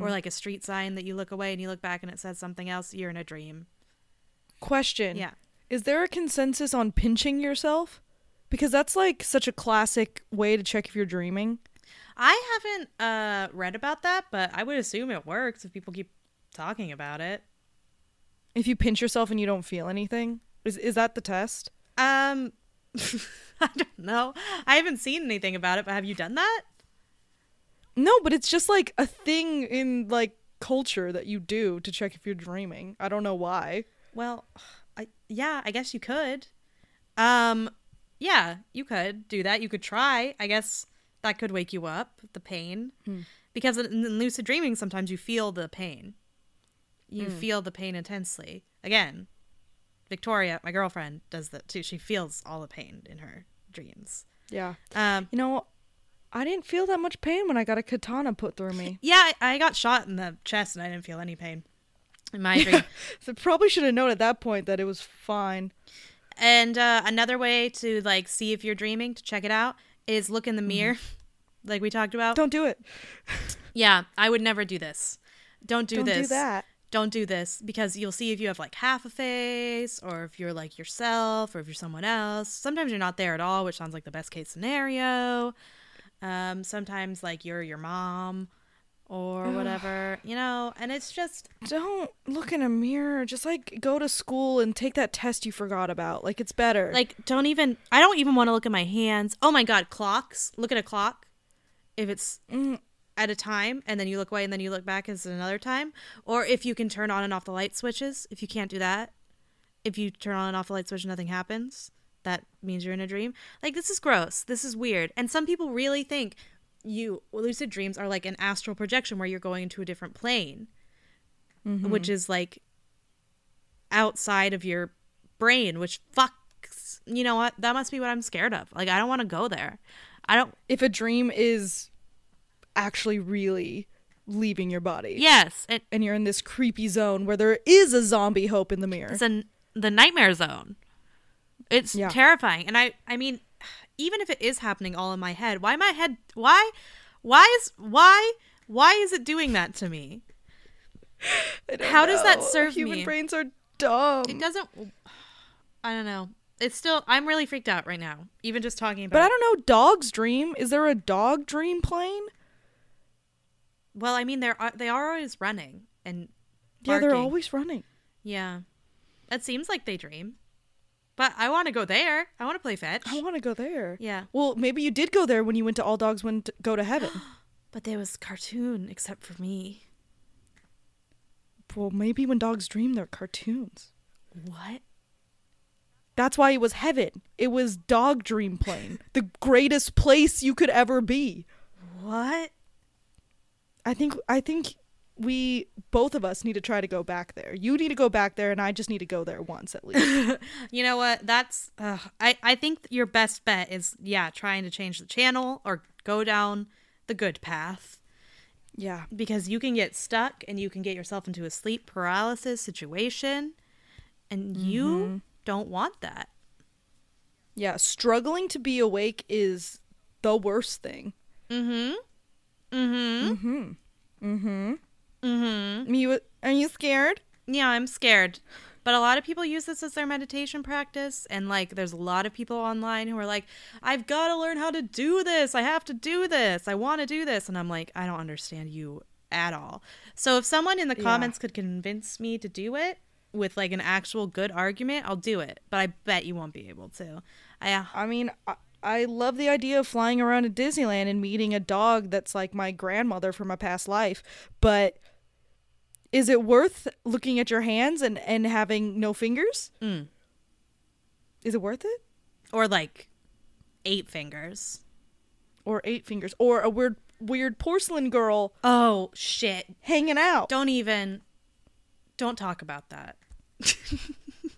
or like a street sign that you look away and you look back and it says something else, you're in a dream.
Question.
Yeah.
Is there a consensus on pinching yourself? Because that's like such a classic way to check if you're dreaming.
I haven't uh, read about that, but I would assume it works if people keep talking about it.
If you pinch yourself and you don't feel anything, is is that the test?
Um, I don't know. I haven't seen anything about it, but have you done that?
No, but it's just like a thing in like culture that you do to check if you're dreaming. I don't know why.
Well, I, yeah, I guess you could. Um, yeah, you could do that. You could try. I guess that could wake you up. The pain, because in, in lucid dreaming, sometimes you feel the pain. You feel the pain intensely. Again, Victoria, my girlfriend, does that too. She feels all the pain in her dreams.
Yeah.
Um,
You know, I didn't feel that much pain when I got a katana put through me.
yeah, I, I got shot in the chest and I didn't feel any pain in my dream.
So probably should have known at that point that it was fine.
And uh, another way to like see if you're dreaming to check it out is look in the mirror, like we talked about.
Mm-hmm. Don't do it.
yeah, I would never do this. Don't do
Don't
this.
do that.
Don't do this because you'll see if you have like half a face or if you're like yourself or if you're someone else. Sometimes you're not there at all, which sounds like the best case scenario. Um, sometimes like you're your mom or whatever, you know, and it's just
Don't look in a mirror. Just like go to school and take that test you forgot about. Like it's better.
Like, don't even. I don't even want to look at my hands. Oh my god, clocks. Look at a clock. If it's mm, at a time, and then you look away, and then you look back, it's another time. Or if you can turn on and off the light switches. If you can't do that, if you turn on and off the light switch, and nothing happens. That means you're in a dream. Like, this is gross. This is weird. And some people really think you lucid dreams are like an astral projection where you're going into a different plane, which is like outside of your brain, which fucks. You know what? That must be what I'm scared of. Like I don't want to go there. I don't.
If a dream is actually really leaving your body.
Yes, it,
And you're in this creepy zone where there is a zombie hope in the mirror.
it's an the nightmare zone. It's
Yeah.
terrifying, and I I mean, even if it is happening all in my head, why my head? Why? Why is why? Why is it doing that to me?
I don't
how does that
know.
serve
Oh, Human
me?
brains are dumb.
It doesn't. I don't know. It's still. I'm really freaked out right now. Even just talking about.
But I
it.
don't know. Dogs dream. Is there a dog dream plane?
Well, I mean, they're uh, they are always running and.
Yeah, they're
barking.
always running.
Yeah, that seems like they dream. But I want to go there. I want to play fetch.
I want to go there.
Yeah,
Well, maybe you did go there when you went to All Dogs Went Go to Heaven.
but there was cartoon except for me.
well, maybe when dogs dream, they're cartoons.
What?
That's why it was heaven. It was dog dream plane, the greatest place you could ever be.
What?
I think. I think we both of us need to try to go back there. You need to go back there, and I just need to go there once at least.
You know what? That's uh, I I think your best bet is yeah, trying to change the channel or go down the good path
yeah.
because you can get stuck and you can get yourself into a sleep paralysis situation and you don't want that.
Yeah. Struggling to be awake is the worst thing.
Mhm. Mhm.
You, Mm-hmm. are you scared?
Yeah, I'm scared. But a lot of people use this as their meditation practice and like there's a lot of people online who are like, "I've got to learn how to do this. I have to do this. I want to do this." And I'm like, "I don't understand you at all." So if someone in the comments could convince me to do it with like an actual good argument, I'll do it. But I bet you won't be able to. I uh,
I mean, I, I love the idea of flying around at Disneyland and meeting a dog that's like my grandmother from a past life, but is it worth looking at your hands and, and having no fingers?
Mm.
Is it worth it?
or like eight fingers.
Or eight fingers? Or a weird weird porcelain girl
Oh shit.
hanging out?
Don't even don't talk about that.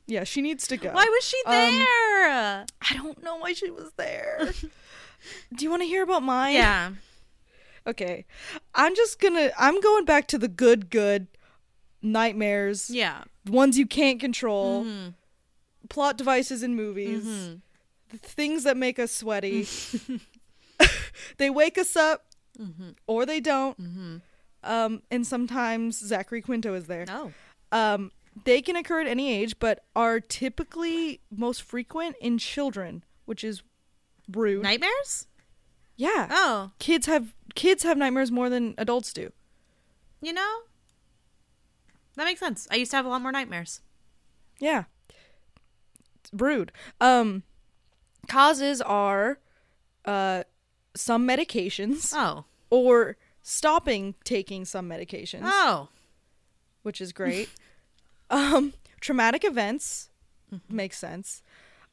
Yeah, she needs to go.
Why was she
Um,
there?
I don't know why she was there. Do you want to hear about mine?
yeah.
Okay. I'm just gonna I'm going back to the good good nightmares.
Yeah.
ones you can't control, plot devices in movies, the things that make us sweaty. they wake us up, or they don't. Um, and sometimes Zachary Quinto is there.
No.
Um, they can occur at any age, but are typically most frequent in children, which is rude.
Nightmares?
yeah,
Oh,
kids have kids have nightmares more than adults do.
you know? That makes sense. I used to have a lot more nightmares.
Yeah. It's rude. Um causes are uh some medications
Oh.
or stopping taking some medications,
Oh.
which is great. um traumatic events makes sense.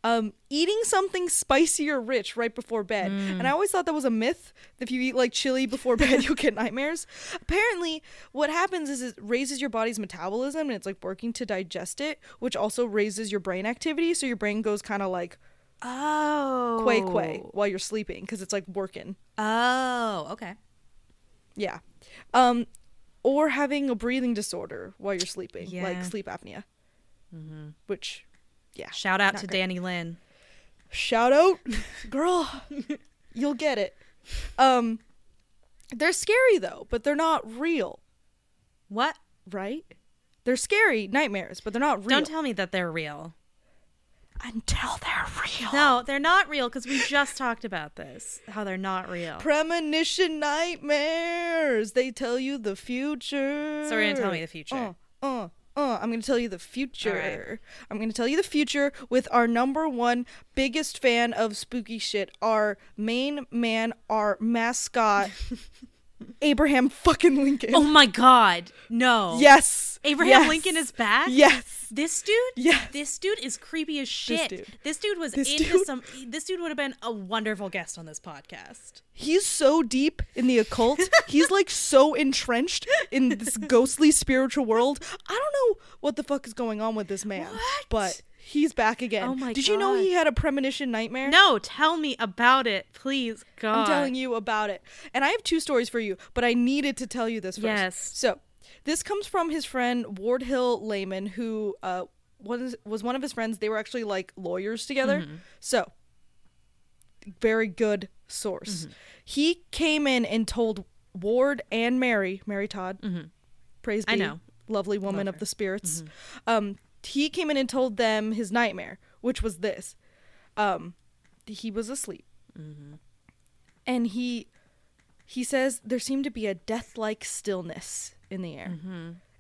Um eating something spicy or rich right before bed. And I always thought that was a myth. that If you eat like chili before bed, you'll get nightmares. Apparently, what happens is it raises your body's metabolism and it's like working to digest it, which also raises your brain activity, so your brain goes kind of like
Oh.
quay quay while you're sleeping because it's like working.
Oh, okay.
Yeah. Um, or having a breathing disorder while you're sleeping,
Yeah.
like sleep apnea. Which, yeah.
Shout out
Not
to
great.
Danny Lynn.
Shout out, girl. You'll get it. Um, they're scary though, but they're not real,
What?
right? They're scary nightmares, but they're not real
Don't tell me that they're real.
until they're real.
No, they're not real because we just talked about this. How they're not real.
Premonition nightmares. They tell you the future.
So you're gonna tell me the future.
Uh, uh, uh. I'm gonna tell you the future. I'm gonna tell you the future with our number one biggest fan of spooky shit, our main man, our mascot, Abraham fucking Lincoln.
Oh my God. No.
Yes.
Abraham
Yes.
Lincoln is back.
Yes.
This dude.
Yes.
This dude is creepy as shit. This dude,
dude.
was
This
into
dude.
some. This dude would have been a wonderful guest on this podcast.
He's so deep in the occult. He's like so entrenched in this ghostly spiritual world. I don't know what the fuck is going on with this man,
What?
but he's back again.
Oh my
Did you know
God.
he had a premonition nightmare?
No, tell me about it, please. God.
I'm telling you about it. And I have two stories for you, but I needed to tell you this first.
Yes.
So this comes from his friend Ward Hill Lehman, who uh, was was one of his friends. They were actually like lawyers together.
Mm-hmm.
So very good
Mm-hmm.
source. He came in and told Ward and Mary, Mary Todd, praise be,
Mm-hmm. I know.
lovely woman
Love Mm-hmm.
of the spirits. Um, he came in and told them his nightmare, which was this: um, he was asleep,
Mm-hmm.
and he he says there seemed to be a death-like stillness in the air.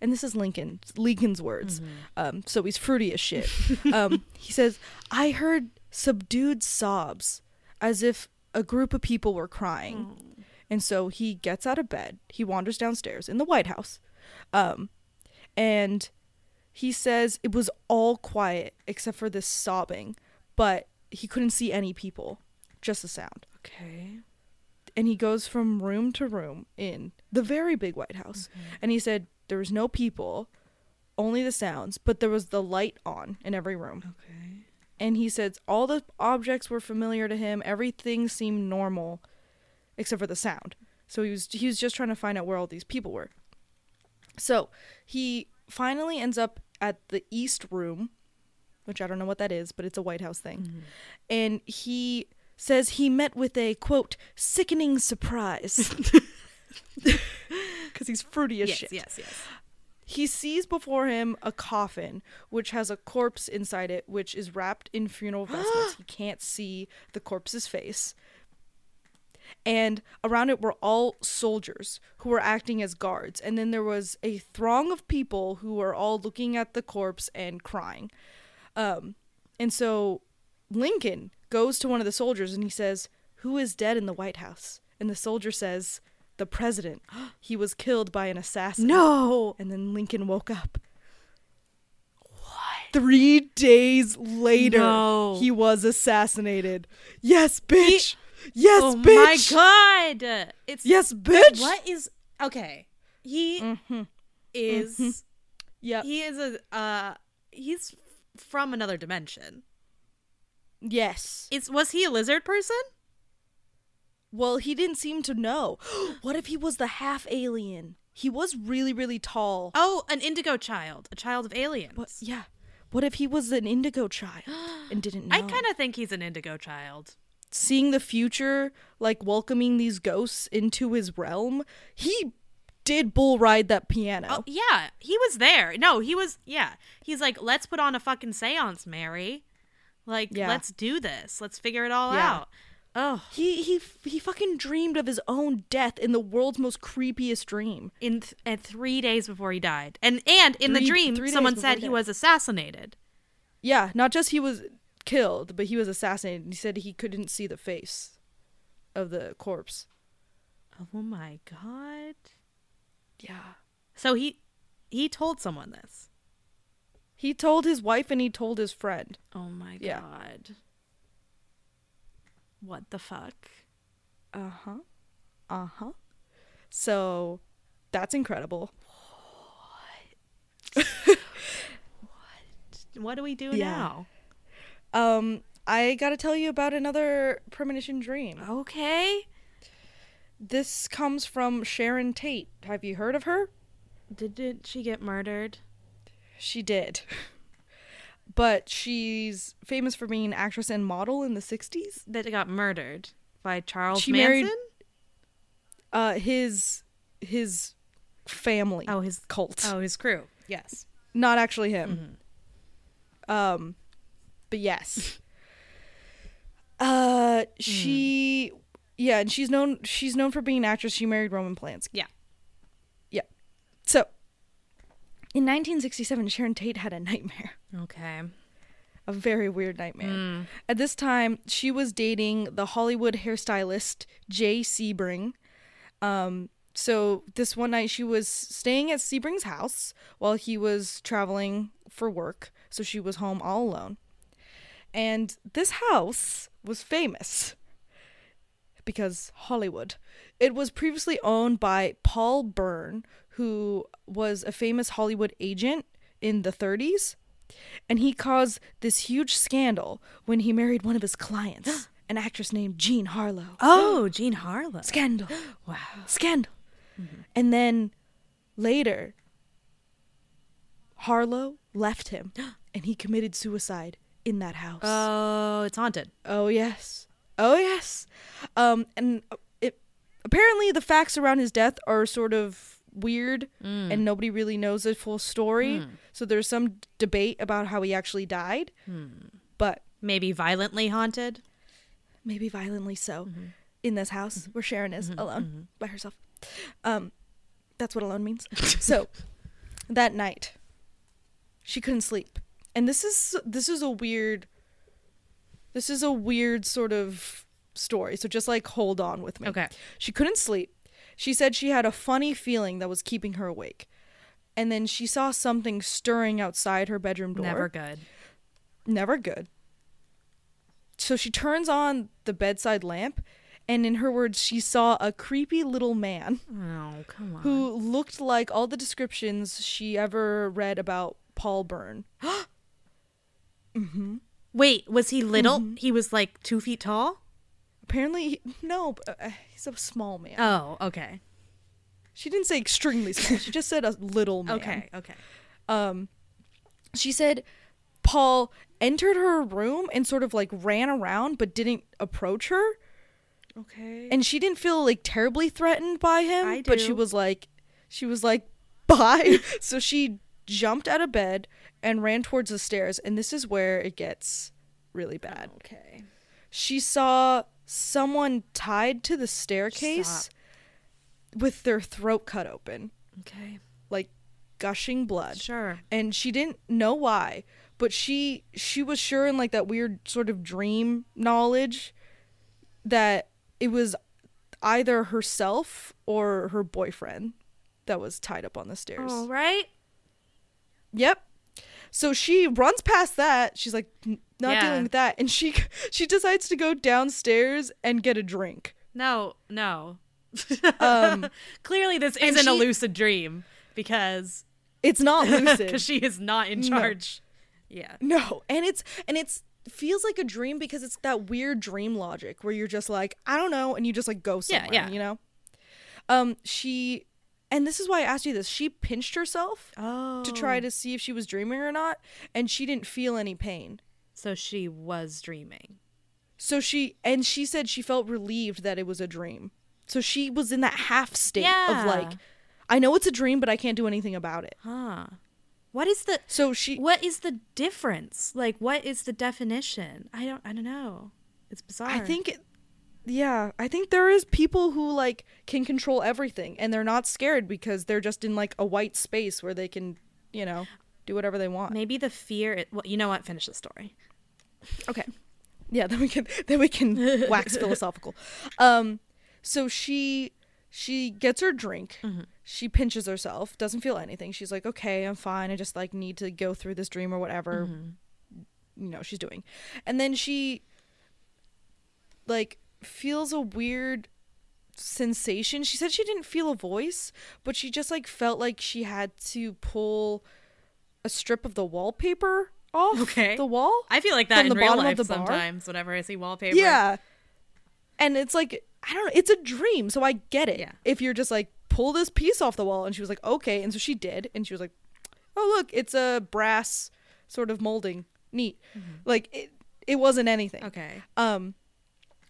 And this is Lincoln Lincoln's words. Um, so he's fruity as shit. um, he says, "I heard subdued sobs, as if a group of people were crying." And so he gets out of bed. He wanders downstairs in the White House, um, and he says it was all quiet except for this sobbing, but he couldn't see any people, just a sound
Okay.
and he goes from room to room in the very big White House. And he said there was no people, only the sounds, but there was the light on in every room.
Okay.
And he says all the objects were familiar to him, everything seemed normal except for the sound. So he was he was just trying to find out where all these people were. So he finally ends up at the East Room, which I don't know what that is, but it's a White House thing.
Mm-hmm.
And he says he met with a quote sickening surprise because he's fruity as
Yes.
shit.
Yes. Yes.
He sees before him a coffin which has a corpse inside it, which is wrapped in funeral vestments. he can't see the corpse's face. And around it were all soldiers who were acting as guards. And then there was a throng of people who were all looking at the corpse and crying. Um, and so Lincoln goes to one of the soldiers and he says, Who is dead in the White House? And the soldier says, The president. He was killed by an assassin.
No.
And then Lincoln woke up. What? Three days later,
No.
he was assassinated. Yes, bitch. yes,
oh
bitch.
my God. It's
Yes, bitch.
What is okay? He
Mm-hmm.
is
Yeah.
he is a uh he's from another dimension.
Yes.
Is was he a lizard person?
Well, he didn't seem to know. what if he was the half alien? He was really, really tall.
Oh, an indigo child, a child of aliens.
But yeah. What if he was an indigo child and didn't know?
I kind of think he's an indigo child.
seeing the future, like welcoming these ghosts into his realm. He did bull ride that piano.
Oh, yeah, he was there. No, he was. Yeah, he's like, let's put on a fucking séance, Mary. Like,
Yeah.
let's do this. Let's figure it all
Yeah.
out. Oh,
He he he fucking dreamed of his own death in the world's most creepiest dream.
in th- and three days before he died, and and in the
Three-
dream,
three days
someone
before
said
he
he
died.
was assassinated.
Yeah, not just he was killed, but he was assassinated. He said he couldn't see the face of the corpse.
Oh my god.
Yeah.
So he he told someone this.
He told his wife and he told his friend.
Oh my
Yeah.
god. What the fuck?
Uh-huh. Uh-huh. So that's incredible.
What do we do
Yeah.
now?
Um I got to tell you about another premonition dream.
Okay.
This comes from Sharon Tate. Have you heard of her?
Didn't she get murdered?
She did. But she's famous for being an actress and model in the 60s.
That got murdered by Charles
She
Manson?
married- Uh his his family.
Oh, his-
cult.
Oh, his crew. Yes.
Not actually him.
Mm-hmm.
Um but yes. uh she yeah, and she's known she's known for being an actress. She married Roman Polanski.
Yeah.
Yeah. So in 1967, Sharon Tate had a nightmare.
Okay.
a very weird nightmare. At this time, she was dating the Hollywood hairstylist Jay Sebring. Um, so this one night she was staying at Sebring's house while he was traveling for work. So she was home all alone. And this house was famous because Hollywood. It was previously owned by Paul Byrne, who was a famous Hollywood agent in the 30s. And he caused this huge scandal when he married one of his clients, an actress named Jean Harlow.
Oh, Jean Harlow.
Scandal.
Wow.
Scandal. And then later, Harlow left him and he committed suicide in that house.
Oh, it's haunted.
Uh, Oh yes. Oh yes. Um and it apparently the facts around his death are sort of weird and nobody really knows the full story. So there's some debate about how he actually died. But
Maybe violently haunted.
maybe violently so
Mm-hmm.
in this house where Sharon is alone by herself. Um that's what alone means. so that night she couldn't sleep. And this is this is a weird this is a weird sort of story. So just like hold on with me.
Okay.
She couldn't sleep. She said she had a funny feeling that was keeping her awake. And then she saw something stirring outside her bedroom door.
Never good.
Never good. So she turns on the bedside lamp, and in her words, she saw a creepy little man
Oh, come on.
who looked like all the descriptions she ever read about Paul Byrne.
Wait, was he little? He was like two feet tall?
Apparently, he- no, but, uh, he's a small man.
Oh, okay.
She didn't say extremely small. She just said a little man.
Okay, okay.
Um, she said Paul entered her room and sort of like ran around, but didn't approach her.
Okay.
and she didn't feel like terribly threatened by him
I
but she
do.
was like she was like bye so she jumped out of bed and ran towards the stairs and this is where it gets really bad
Oh. okay.
she saw someone tied to the staircase
Stop.
with their throat cut open
Okay.
like gushing blood
Sure.
and she didn't know why but she she was sure in like that weird sort of dream knowledge that it was either herself or her boyfriend that was tied up on the stairs
All right.
yep so she runs past that she's like "N- not
Yeah.
dealing with that and she she decides to go downstairs and get a drink
No, no.
um
Clearly, this isn't a
she-
lucid dream because
it's not lucid
because she is not in charge. Yeah.
No, and it's and it's feels like a dream because it's that weird dream logic where you're just like I don't know, and you just like go
Yeah,
somewhere,
yeah.
you know. Um, she, and this is why I asked you this. She pinched herself
Oh.
to try to see if she was dreaming or not, and she didn't feel any pain.
So she was dreaming.
So she and she said she felt relieved that it was a dream. So she was in that half state
Yeah.
of like, I know it's a dream, but I can't do anything about it.
Huh. What is the
So she
what is the difference? Like, what is the definition? I don't. I don't know. It's bizarre.
I think it, yeah, I think there is people who like can control everything and they're not scared because they're just in like a white space where they can, you know, do whatever they want.
maybe the fear. It, well, you know what? Finish the story.
Okay. Yeah, then we can then we can wax philosophical. Um so she she gets her drink.
Mm-hmm.
She pinches herself, doesn't feel anything. She's like, "Okay, I'm fine. I just like need to go through this dream or whatever."
Mm-hmm.
You know, she's doing. And then she like feels a weird sensation. She said she didn't feel a voice, but she just like felt like she had to pull a strip of the wallpaper off
Okay.
the wall.
I feel like
From
that in
the
real
bottom of
life
the bar?
sometimes. Whenever I see wallpaper.
Yeah. And it's like, I don't know, it's a dream, so I get it.
Yeah.
If you're just like, pull this piece off the wall. And she was like, okay. And so she did. And she was like, oh, look, it's a brass sort of molding. Neat. Like, it, it wasn't anything.
Mm-hmm. Okay.
Um,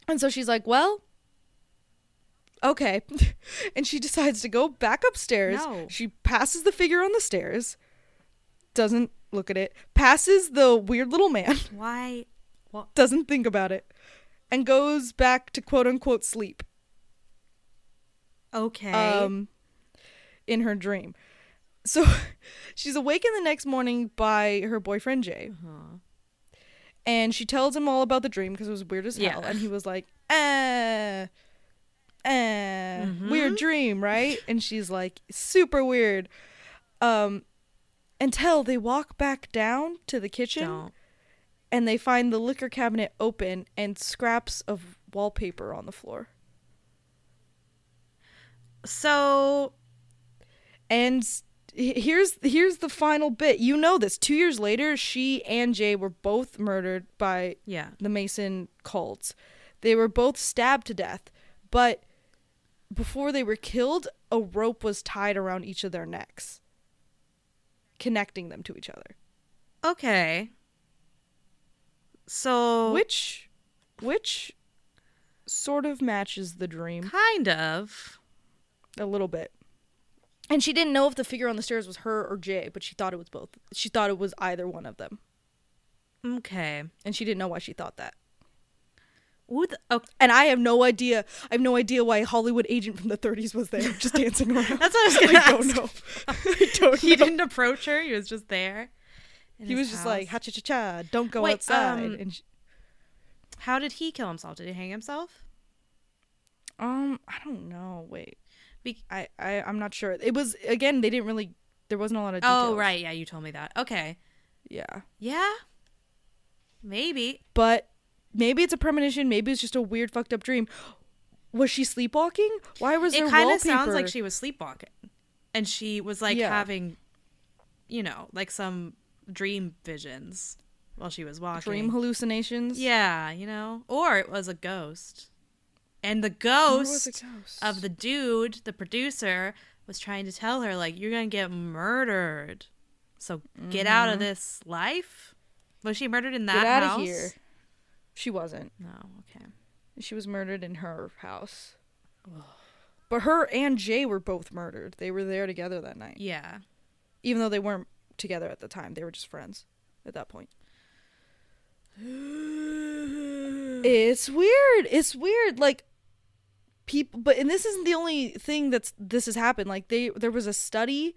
and so she's like, well, okay. and she decides to go back upstairs.
No.
She passes the figure on the stairs, doesn't look at it, passes the weird little man
Why? What?
doesn't think about it, and goes back to quote unquote sleep
Okay.
um, in her dream. So she's awakened the next morning by her boyfriend Jay, and she tells him all about the dream because it was weird as hell,
Yeah.
and he was like, "Eh, eh, weird dream, right? And she's like, super weird. Um, until they walk back down to the kitchen
Don't.
and they find the liquor cabinet open and scraps of wallpaper on the floor
So
and s- he- here's here's the final bit you know this two years later she and jay were both murdered by
yeah,
the mason cults they were both stabbed to death but before they were killed a rope was tied around each of their necks connecting them to each other
okay. So
which which sort of matches the dream
kind of.
a little bit. And she didn't know if the figure on the stairs was her or Jay, but she thought it was both. She thought it was either one of them,
Okay.
and she didn't know why she thought that.
Ooh, the, oh,
And I have no idea. I have no idea why a Hollywood agent from the 30s was there, just dancing around.
that's what I was gonna
I don't
ask.
know. I don't
He
know.
didn't approach her. He was just there. in
He
his
was just like ha
house.
cha cha cha. Don't go
Wait,
outside.
um,
and she,
how did he kill himself? Did he hang himself?
um, I don't know. Wait,
Be-
I I I'm not sure. It was again. They didn't really. There wasn't a lot of. Details.
Oh, right. Yeah, you told me that. Okay.
Yeah.
Yeah. Maybe.
but maybe it's a premonition. Maybe it's just a weird fucked up dream. Was she sleepwalking? Why was there
it
wallpaper?
kind of sounds like she was sleepwalking and she was like
Yeah.
having you know like some dream visions while she was walking
dream hallucinations.
yeah you know or it was a ghost and the
Or was
ghost,
it ghosts?
of the dude the producer was trying to tell her like you're gonna get murdered so get out of this life was she murdered in that
Mm-hmm. Get out
house
of here. She wasn't.
no okay
She was murdered in her house. But her and Jay were both murdered. They were there together that night,
yeah
even though they weren't together at the time. They were just friends at that point. It's weird. It's weird. Like people, but and this isn't the only thing that's this has happened. Like they there was a study,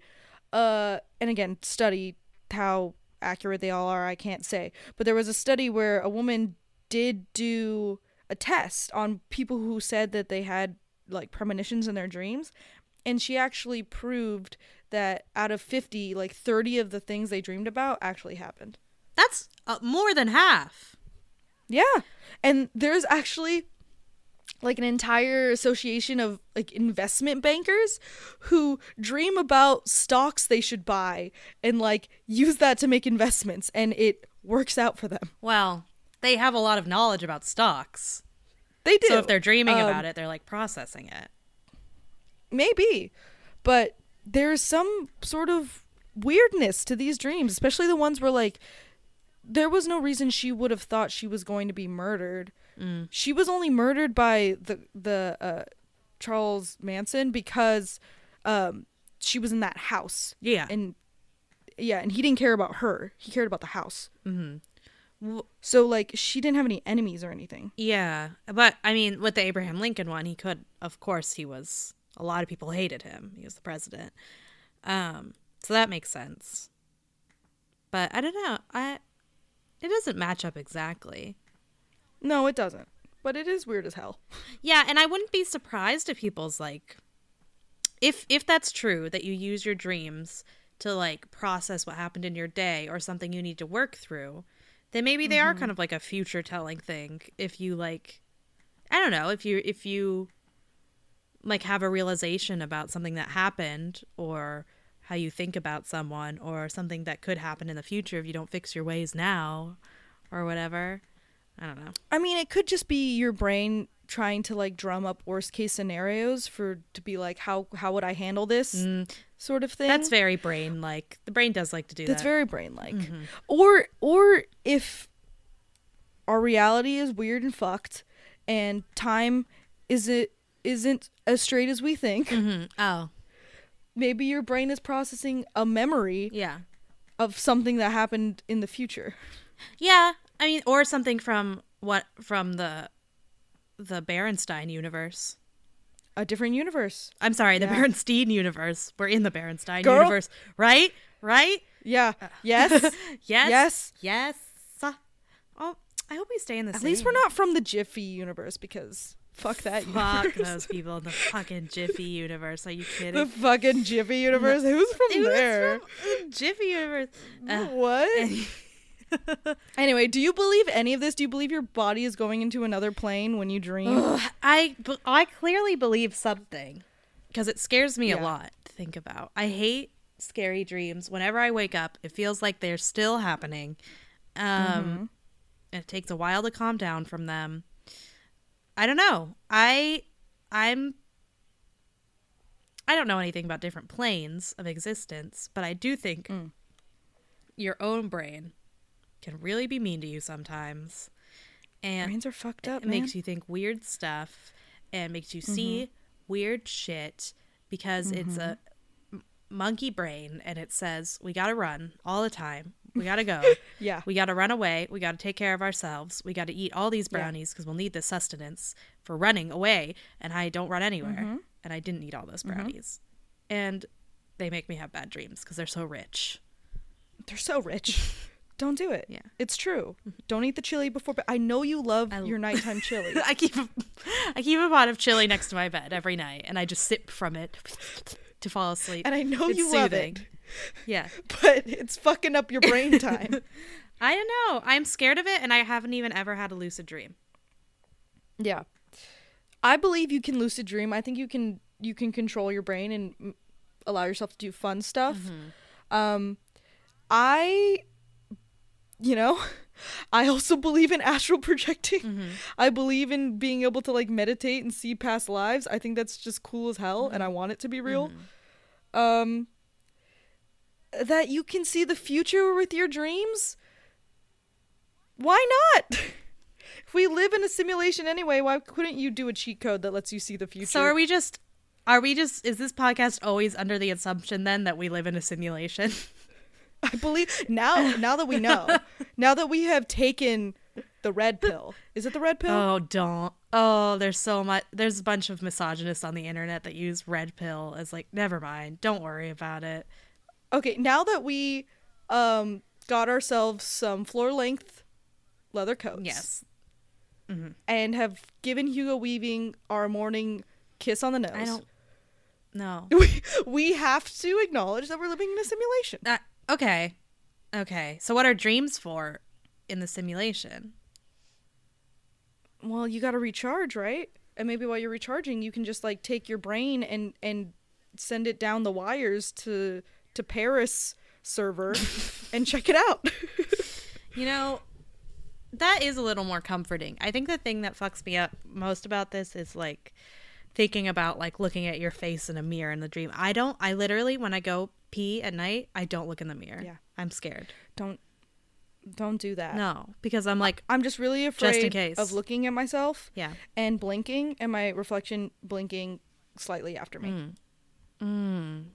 uh, and again study how accurate they all are. I can't say, but there was a study where a woman did do a test on people who said that they had like premonitions in their dreams, and she actually proved that out of 50 like 30 of the things they dreamed about actually happened
that's uh, more than half
yeah. And there's actually like an entire association of like investment bankers who dream about stocks they should buy and like use that to make investments and it works out for them.
Well, they have a lot of knowledge about stocks.
They do.
So if they're dreaming
Um,
about it, they're like processing it.
maybe. But there's some sort of weirdness to these dreams, especially the ones where like there was no reason she would have thought she was going to be murdered. She was only murdered by the the uh, Charles Manson because um, she was in that house.
Yeah.
and yeah, and he didn't care about her. He cared about the house.
W-
So like she didn't have any enemies or anything.
Yeah. But I mean, with the Abraham Lincoln one, he could, of course, he was, a lot of people hated him. He was the president. Um, so that makes sense. But I don't know. I, it doesn't match up exactly.
No, it doesn't. But it is weird as hell.
Yeah, and I wouldn't be surprised if people's like if if that's true that you use your dreams to like process what happened in your day or something you need to work through, then maybe they are kind of like a future telling thing if you like I don't know, if you if you like have a realization about something that happened or how you think about someone or something that could happen in the future if you don't fix your ways now or whatever. I don't know.
I mean, it could just be your brain trying to like drum up worst case scenarios for to be like how how would I handle this sort of thing.
Mm. That's very brain like. The brain does like to do
That's
that. Mm-hmm.
very brain like. Or or if our reality is weird and fucked and time is it isn't as straight as we think.
Mm, Oh,
Maybe your brain is processing a memory
yeah.
of something that happened in the future.
Yeah. I mean or something from what from the the Berenstein universe.
A different universe.
I'm sorry, the
Yeah.
Berenstein universe. We're in the Berenstein
Girl.
universe, right? Right?
Yeah.
Uh.
Yes.
Yes.
Yes.
Yes. Oh, I hope we stay in the
At least we're not from the Jiffy universe because Fuck that
Fuck
universe.
those people in the fucking Jiffy universe. Are you
the
kidding?
fucking Jiffy universe. Who's from
Who is
there?
from the Jiffy universe. Uh,
what?
any-
Anyway, do you believe any of this? Do you believe your body is going into another plane when you dream?
Ugh, I b- I clearly believe something because it scares me a
Yeah.
lot to think about. I hate scary dreams. Whenever I wake up, it feels like they're still happening. Um, and it takes a while to calm down from them. I don't know. I I'm I don't know anything about different planes of existence, but I do think your own brain can really be mean to you sometimes. And
Brains are fucked up,
it
man.
makes you think weird stuff and makes you see
Mm-hmm.
weird shit because it's a m- monkey brain and it says we gotta run all the time we gotta go
yeah.
we gotta run away we gotta take care of ourselves we gotta eat all these
Yeah.
brownies because we'll need the sustenance for running away and i don't run anywhere
Mm-hmm.
and i didn't eat all those brownies and they make me have bad dreams because they're so rich
They're so rich. Don't do it.
Yeah. Mm-hmm.
It's true. Don't eat the chili before bed. I know you love
I-
your nighttime chili.
i keep a, i keep a pot of chili next to my bed every night and i just sip from it to fall asleep
and I know
It's
you love it,
Yeah.
but it's fucking up your brain time.
I don't know. I'm scared of it and I haven't even ever had a lucid dream.
yeah. I believe you can lucid dream. I think you can you can control your brain and mm, allow yourself to do fun stuff. Um I you know, I also believe in astral projecting. I believe in being able to like meditate and see past lives. I think that's just cool as hell and I want it to be real. Um that you can see the future with your dreams? Why not? if we live in a simulation anyway, why couldn't you do a cheat code that lets you see the future?
So are we just are we just is this podcast always under the assumption then that we live in a simulation?
I believe now now that we know. now that we have taken the red pill. Is it the red pill?
oh, don't. Oh, there's so much there's a bunch of misogynists on the internet that use red pill as like never mind. Don't worry about it.
Okay, now that we um got ourselves some floor length leather coats.
Yes.
And have given Hugo Weaving our morning kiss on the nose.
I don't No.
we, we have to acknowledge that we're living in a simulation.
Uh, okay. Okay. So what are dreams for in the simulation?
Well, you got to recharge, right? And maybe while you're recharging, you can just like take your brain and and send it down the wires to to Paris server and check it out.
You know, that is a little more comforting. I think the thing that fucks me up most about this is like thinking about like looking at your face in a mirror in the dream. I don't I literally when I go pee at night, I don't look in the mirror.
Yeah. Uh,
I'm scared.
don't don't do that.
No, because I'm like
I'm just really
in
afraid
case.
of looking at myself
yeah.
and blinking and my reflection blinking slightly after me
Mm.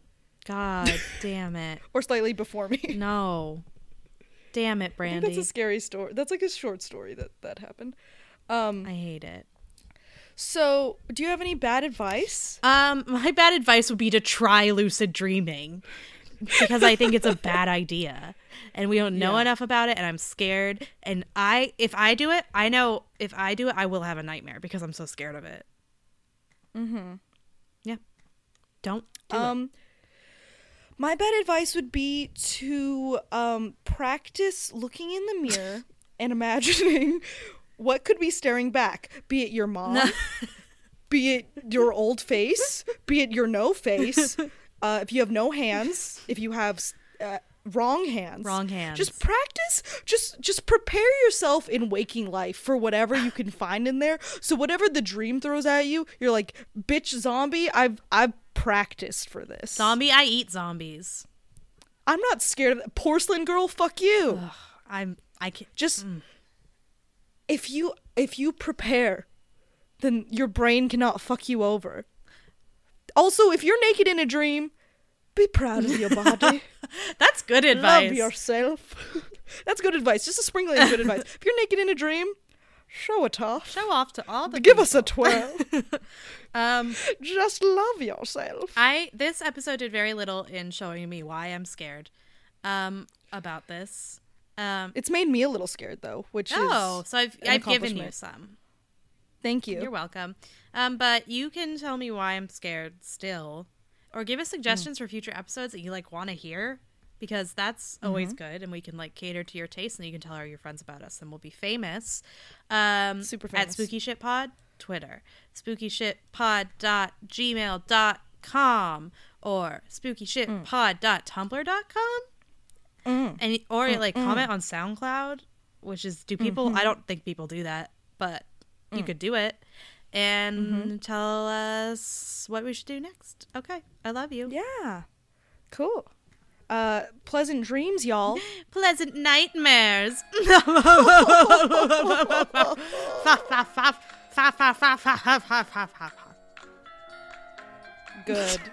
God damn it.
or slightly before
Mm,
me.
No. Damn it,
I think
Brandy.
that's a scary story. That's like a short story that that happened. Um
I hate it.
so do you have any bad advice?
Um, my bad advice would be to try lucid dreaming because I think it's a bad idea and we don't know
Yeah.
enough about it and I'm scared and I if I do it, I know if I do it I will have a nightmare because I'm so scared of it. Mhm. Yeah. Don't do it.
Mm-hmm. Um, my bad advice would be to um, practice looking in the mirror and imagining what could be staring back, be it your mom, be it your old face, be it your no face, uh, if you have no hands, if you have s- uh, wrong hands,
Wrong hands.
Just practice. Just just prepare yourself in waking life for whatever you can find in there. So whatever the dream throws at you, you're like, bitch, zombie. I've I've practiced for this.
Zombie, I eat zombies.
I'm not scared of that. Porcelain girl, fuck you.
Ugh, I'm I can't
Just if you if you prepare, then your brain cannot fuck you over. Also, if you're naked in a dream, be proud of your body.
That's good advice.
Love yourself. That's good advice. Just a sprinkling of good advice. If you're naked in a dream, show it off.
Show off to all the
Give us a twirl.
um
Just love yourself.
I this episode did very little in showing me why I'm scared um about this. Um
It's made me a little scared though, which
Oh,
is
so I've
an
I've given you
accomplishment.
some.
Thank you.
You're welcome. Um, but you can tell me why I'm scared still, or
Mm.
give us suggestions for future episodes that you like want to hear, because that's
Mm-hmm.
always good, and we can like cater to your taste, and you can tell all your friends about us, and we'll be famous. Um,
Super
at
famous.
Spooky Shit Pod Twitter, Spooky Shit Pod dot gmail dot com or
Mm.
Spooky Shit Pod dot Tumblr dot com and or like comment on SoundCloud, which is do people? I don't think people do that, but you could do it and tell us what we should do next. Okay, I love you.
Yeah. Cool. Uh, pleasant dreams, y'all.
Pleasant nightmares.
Good.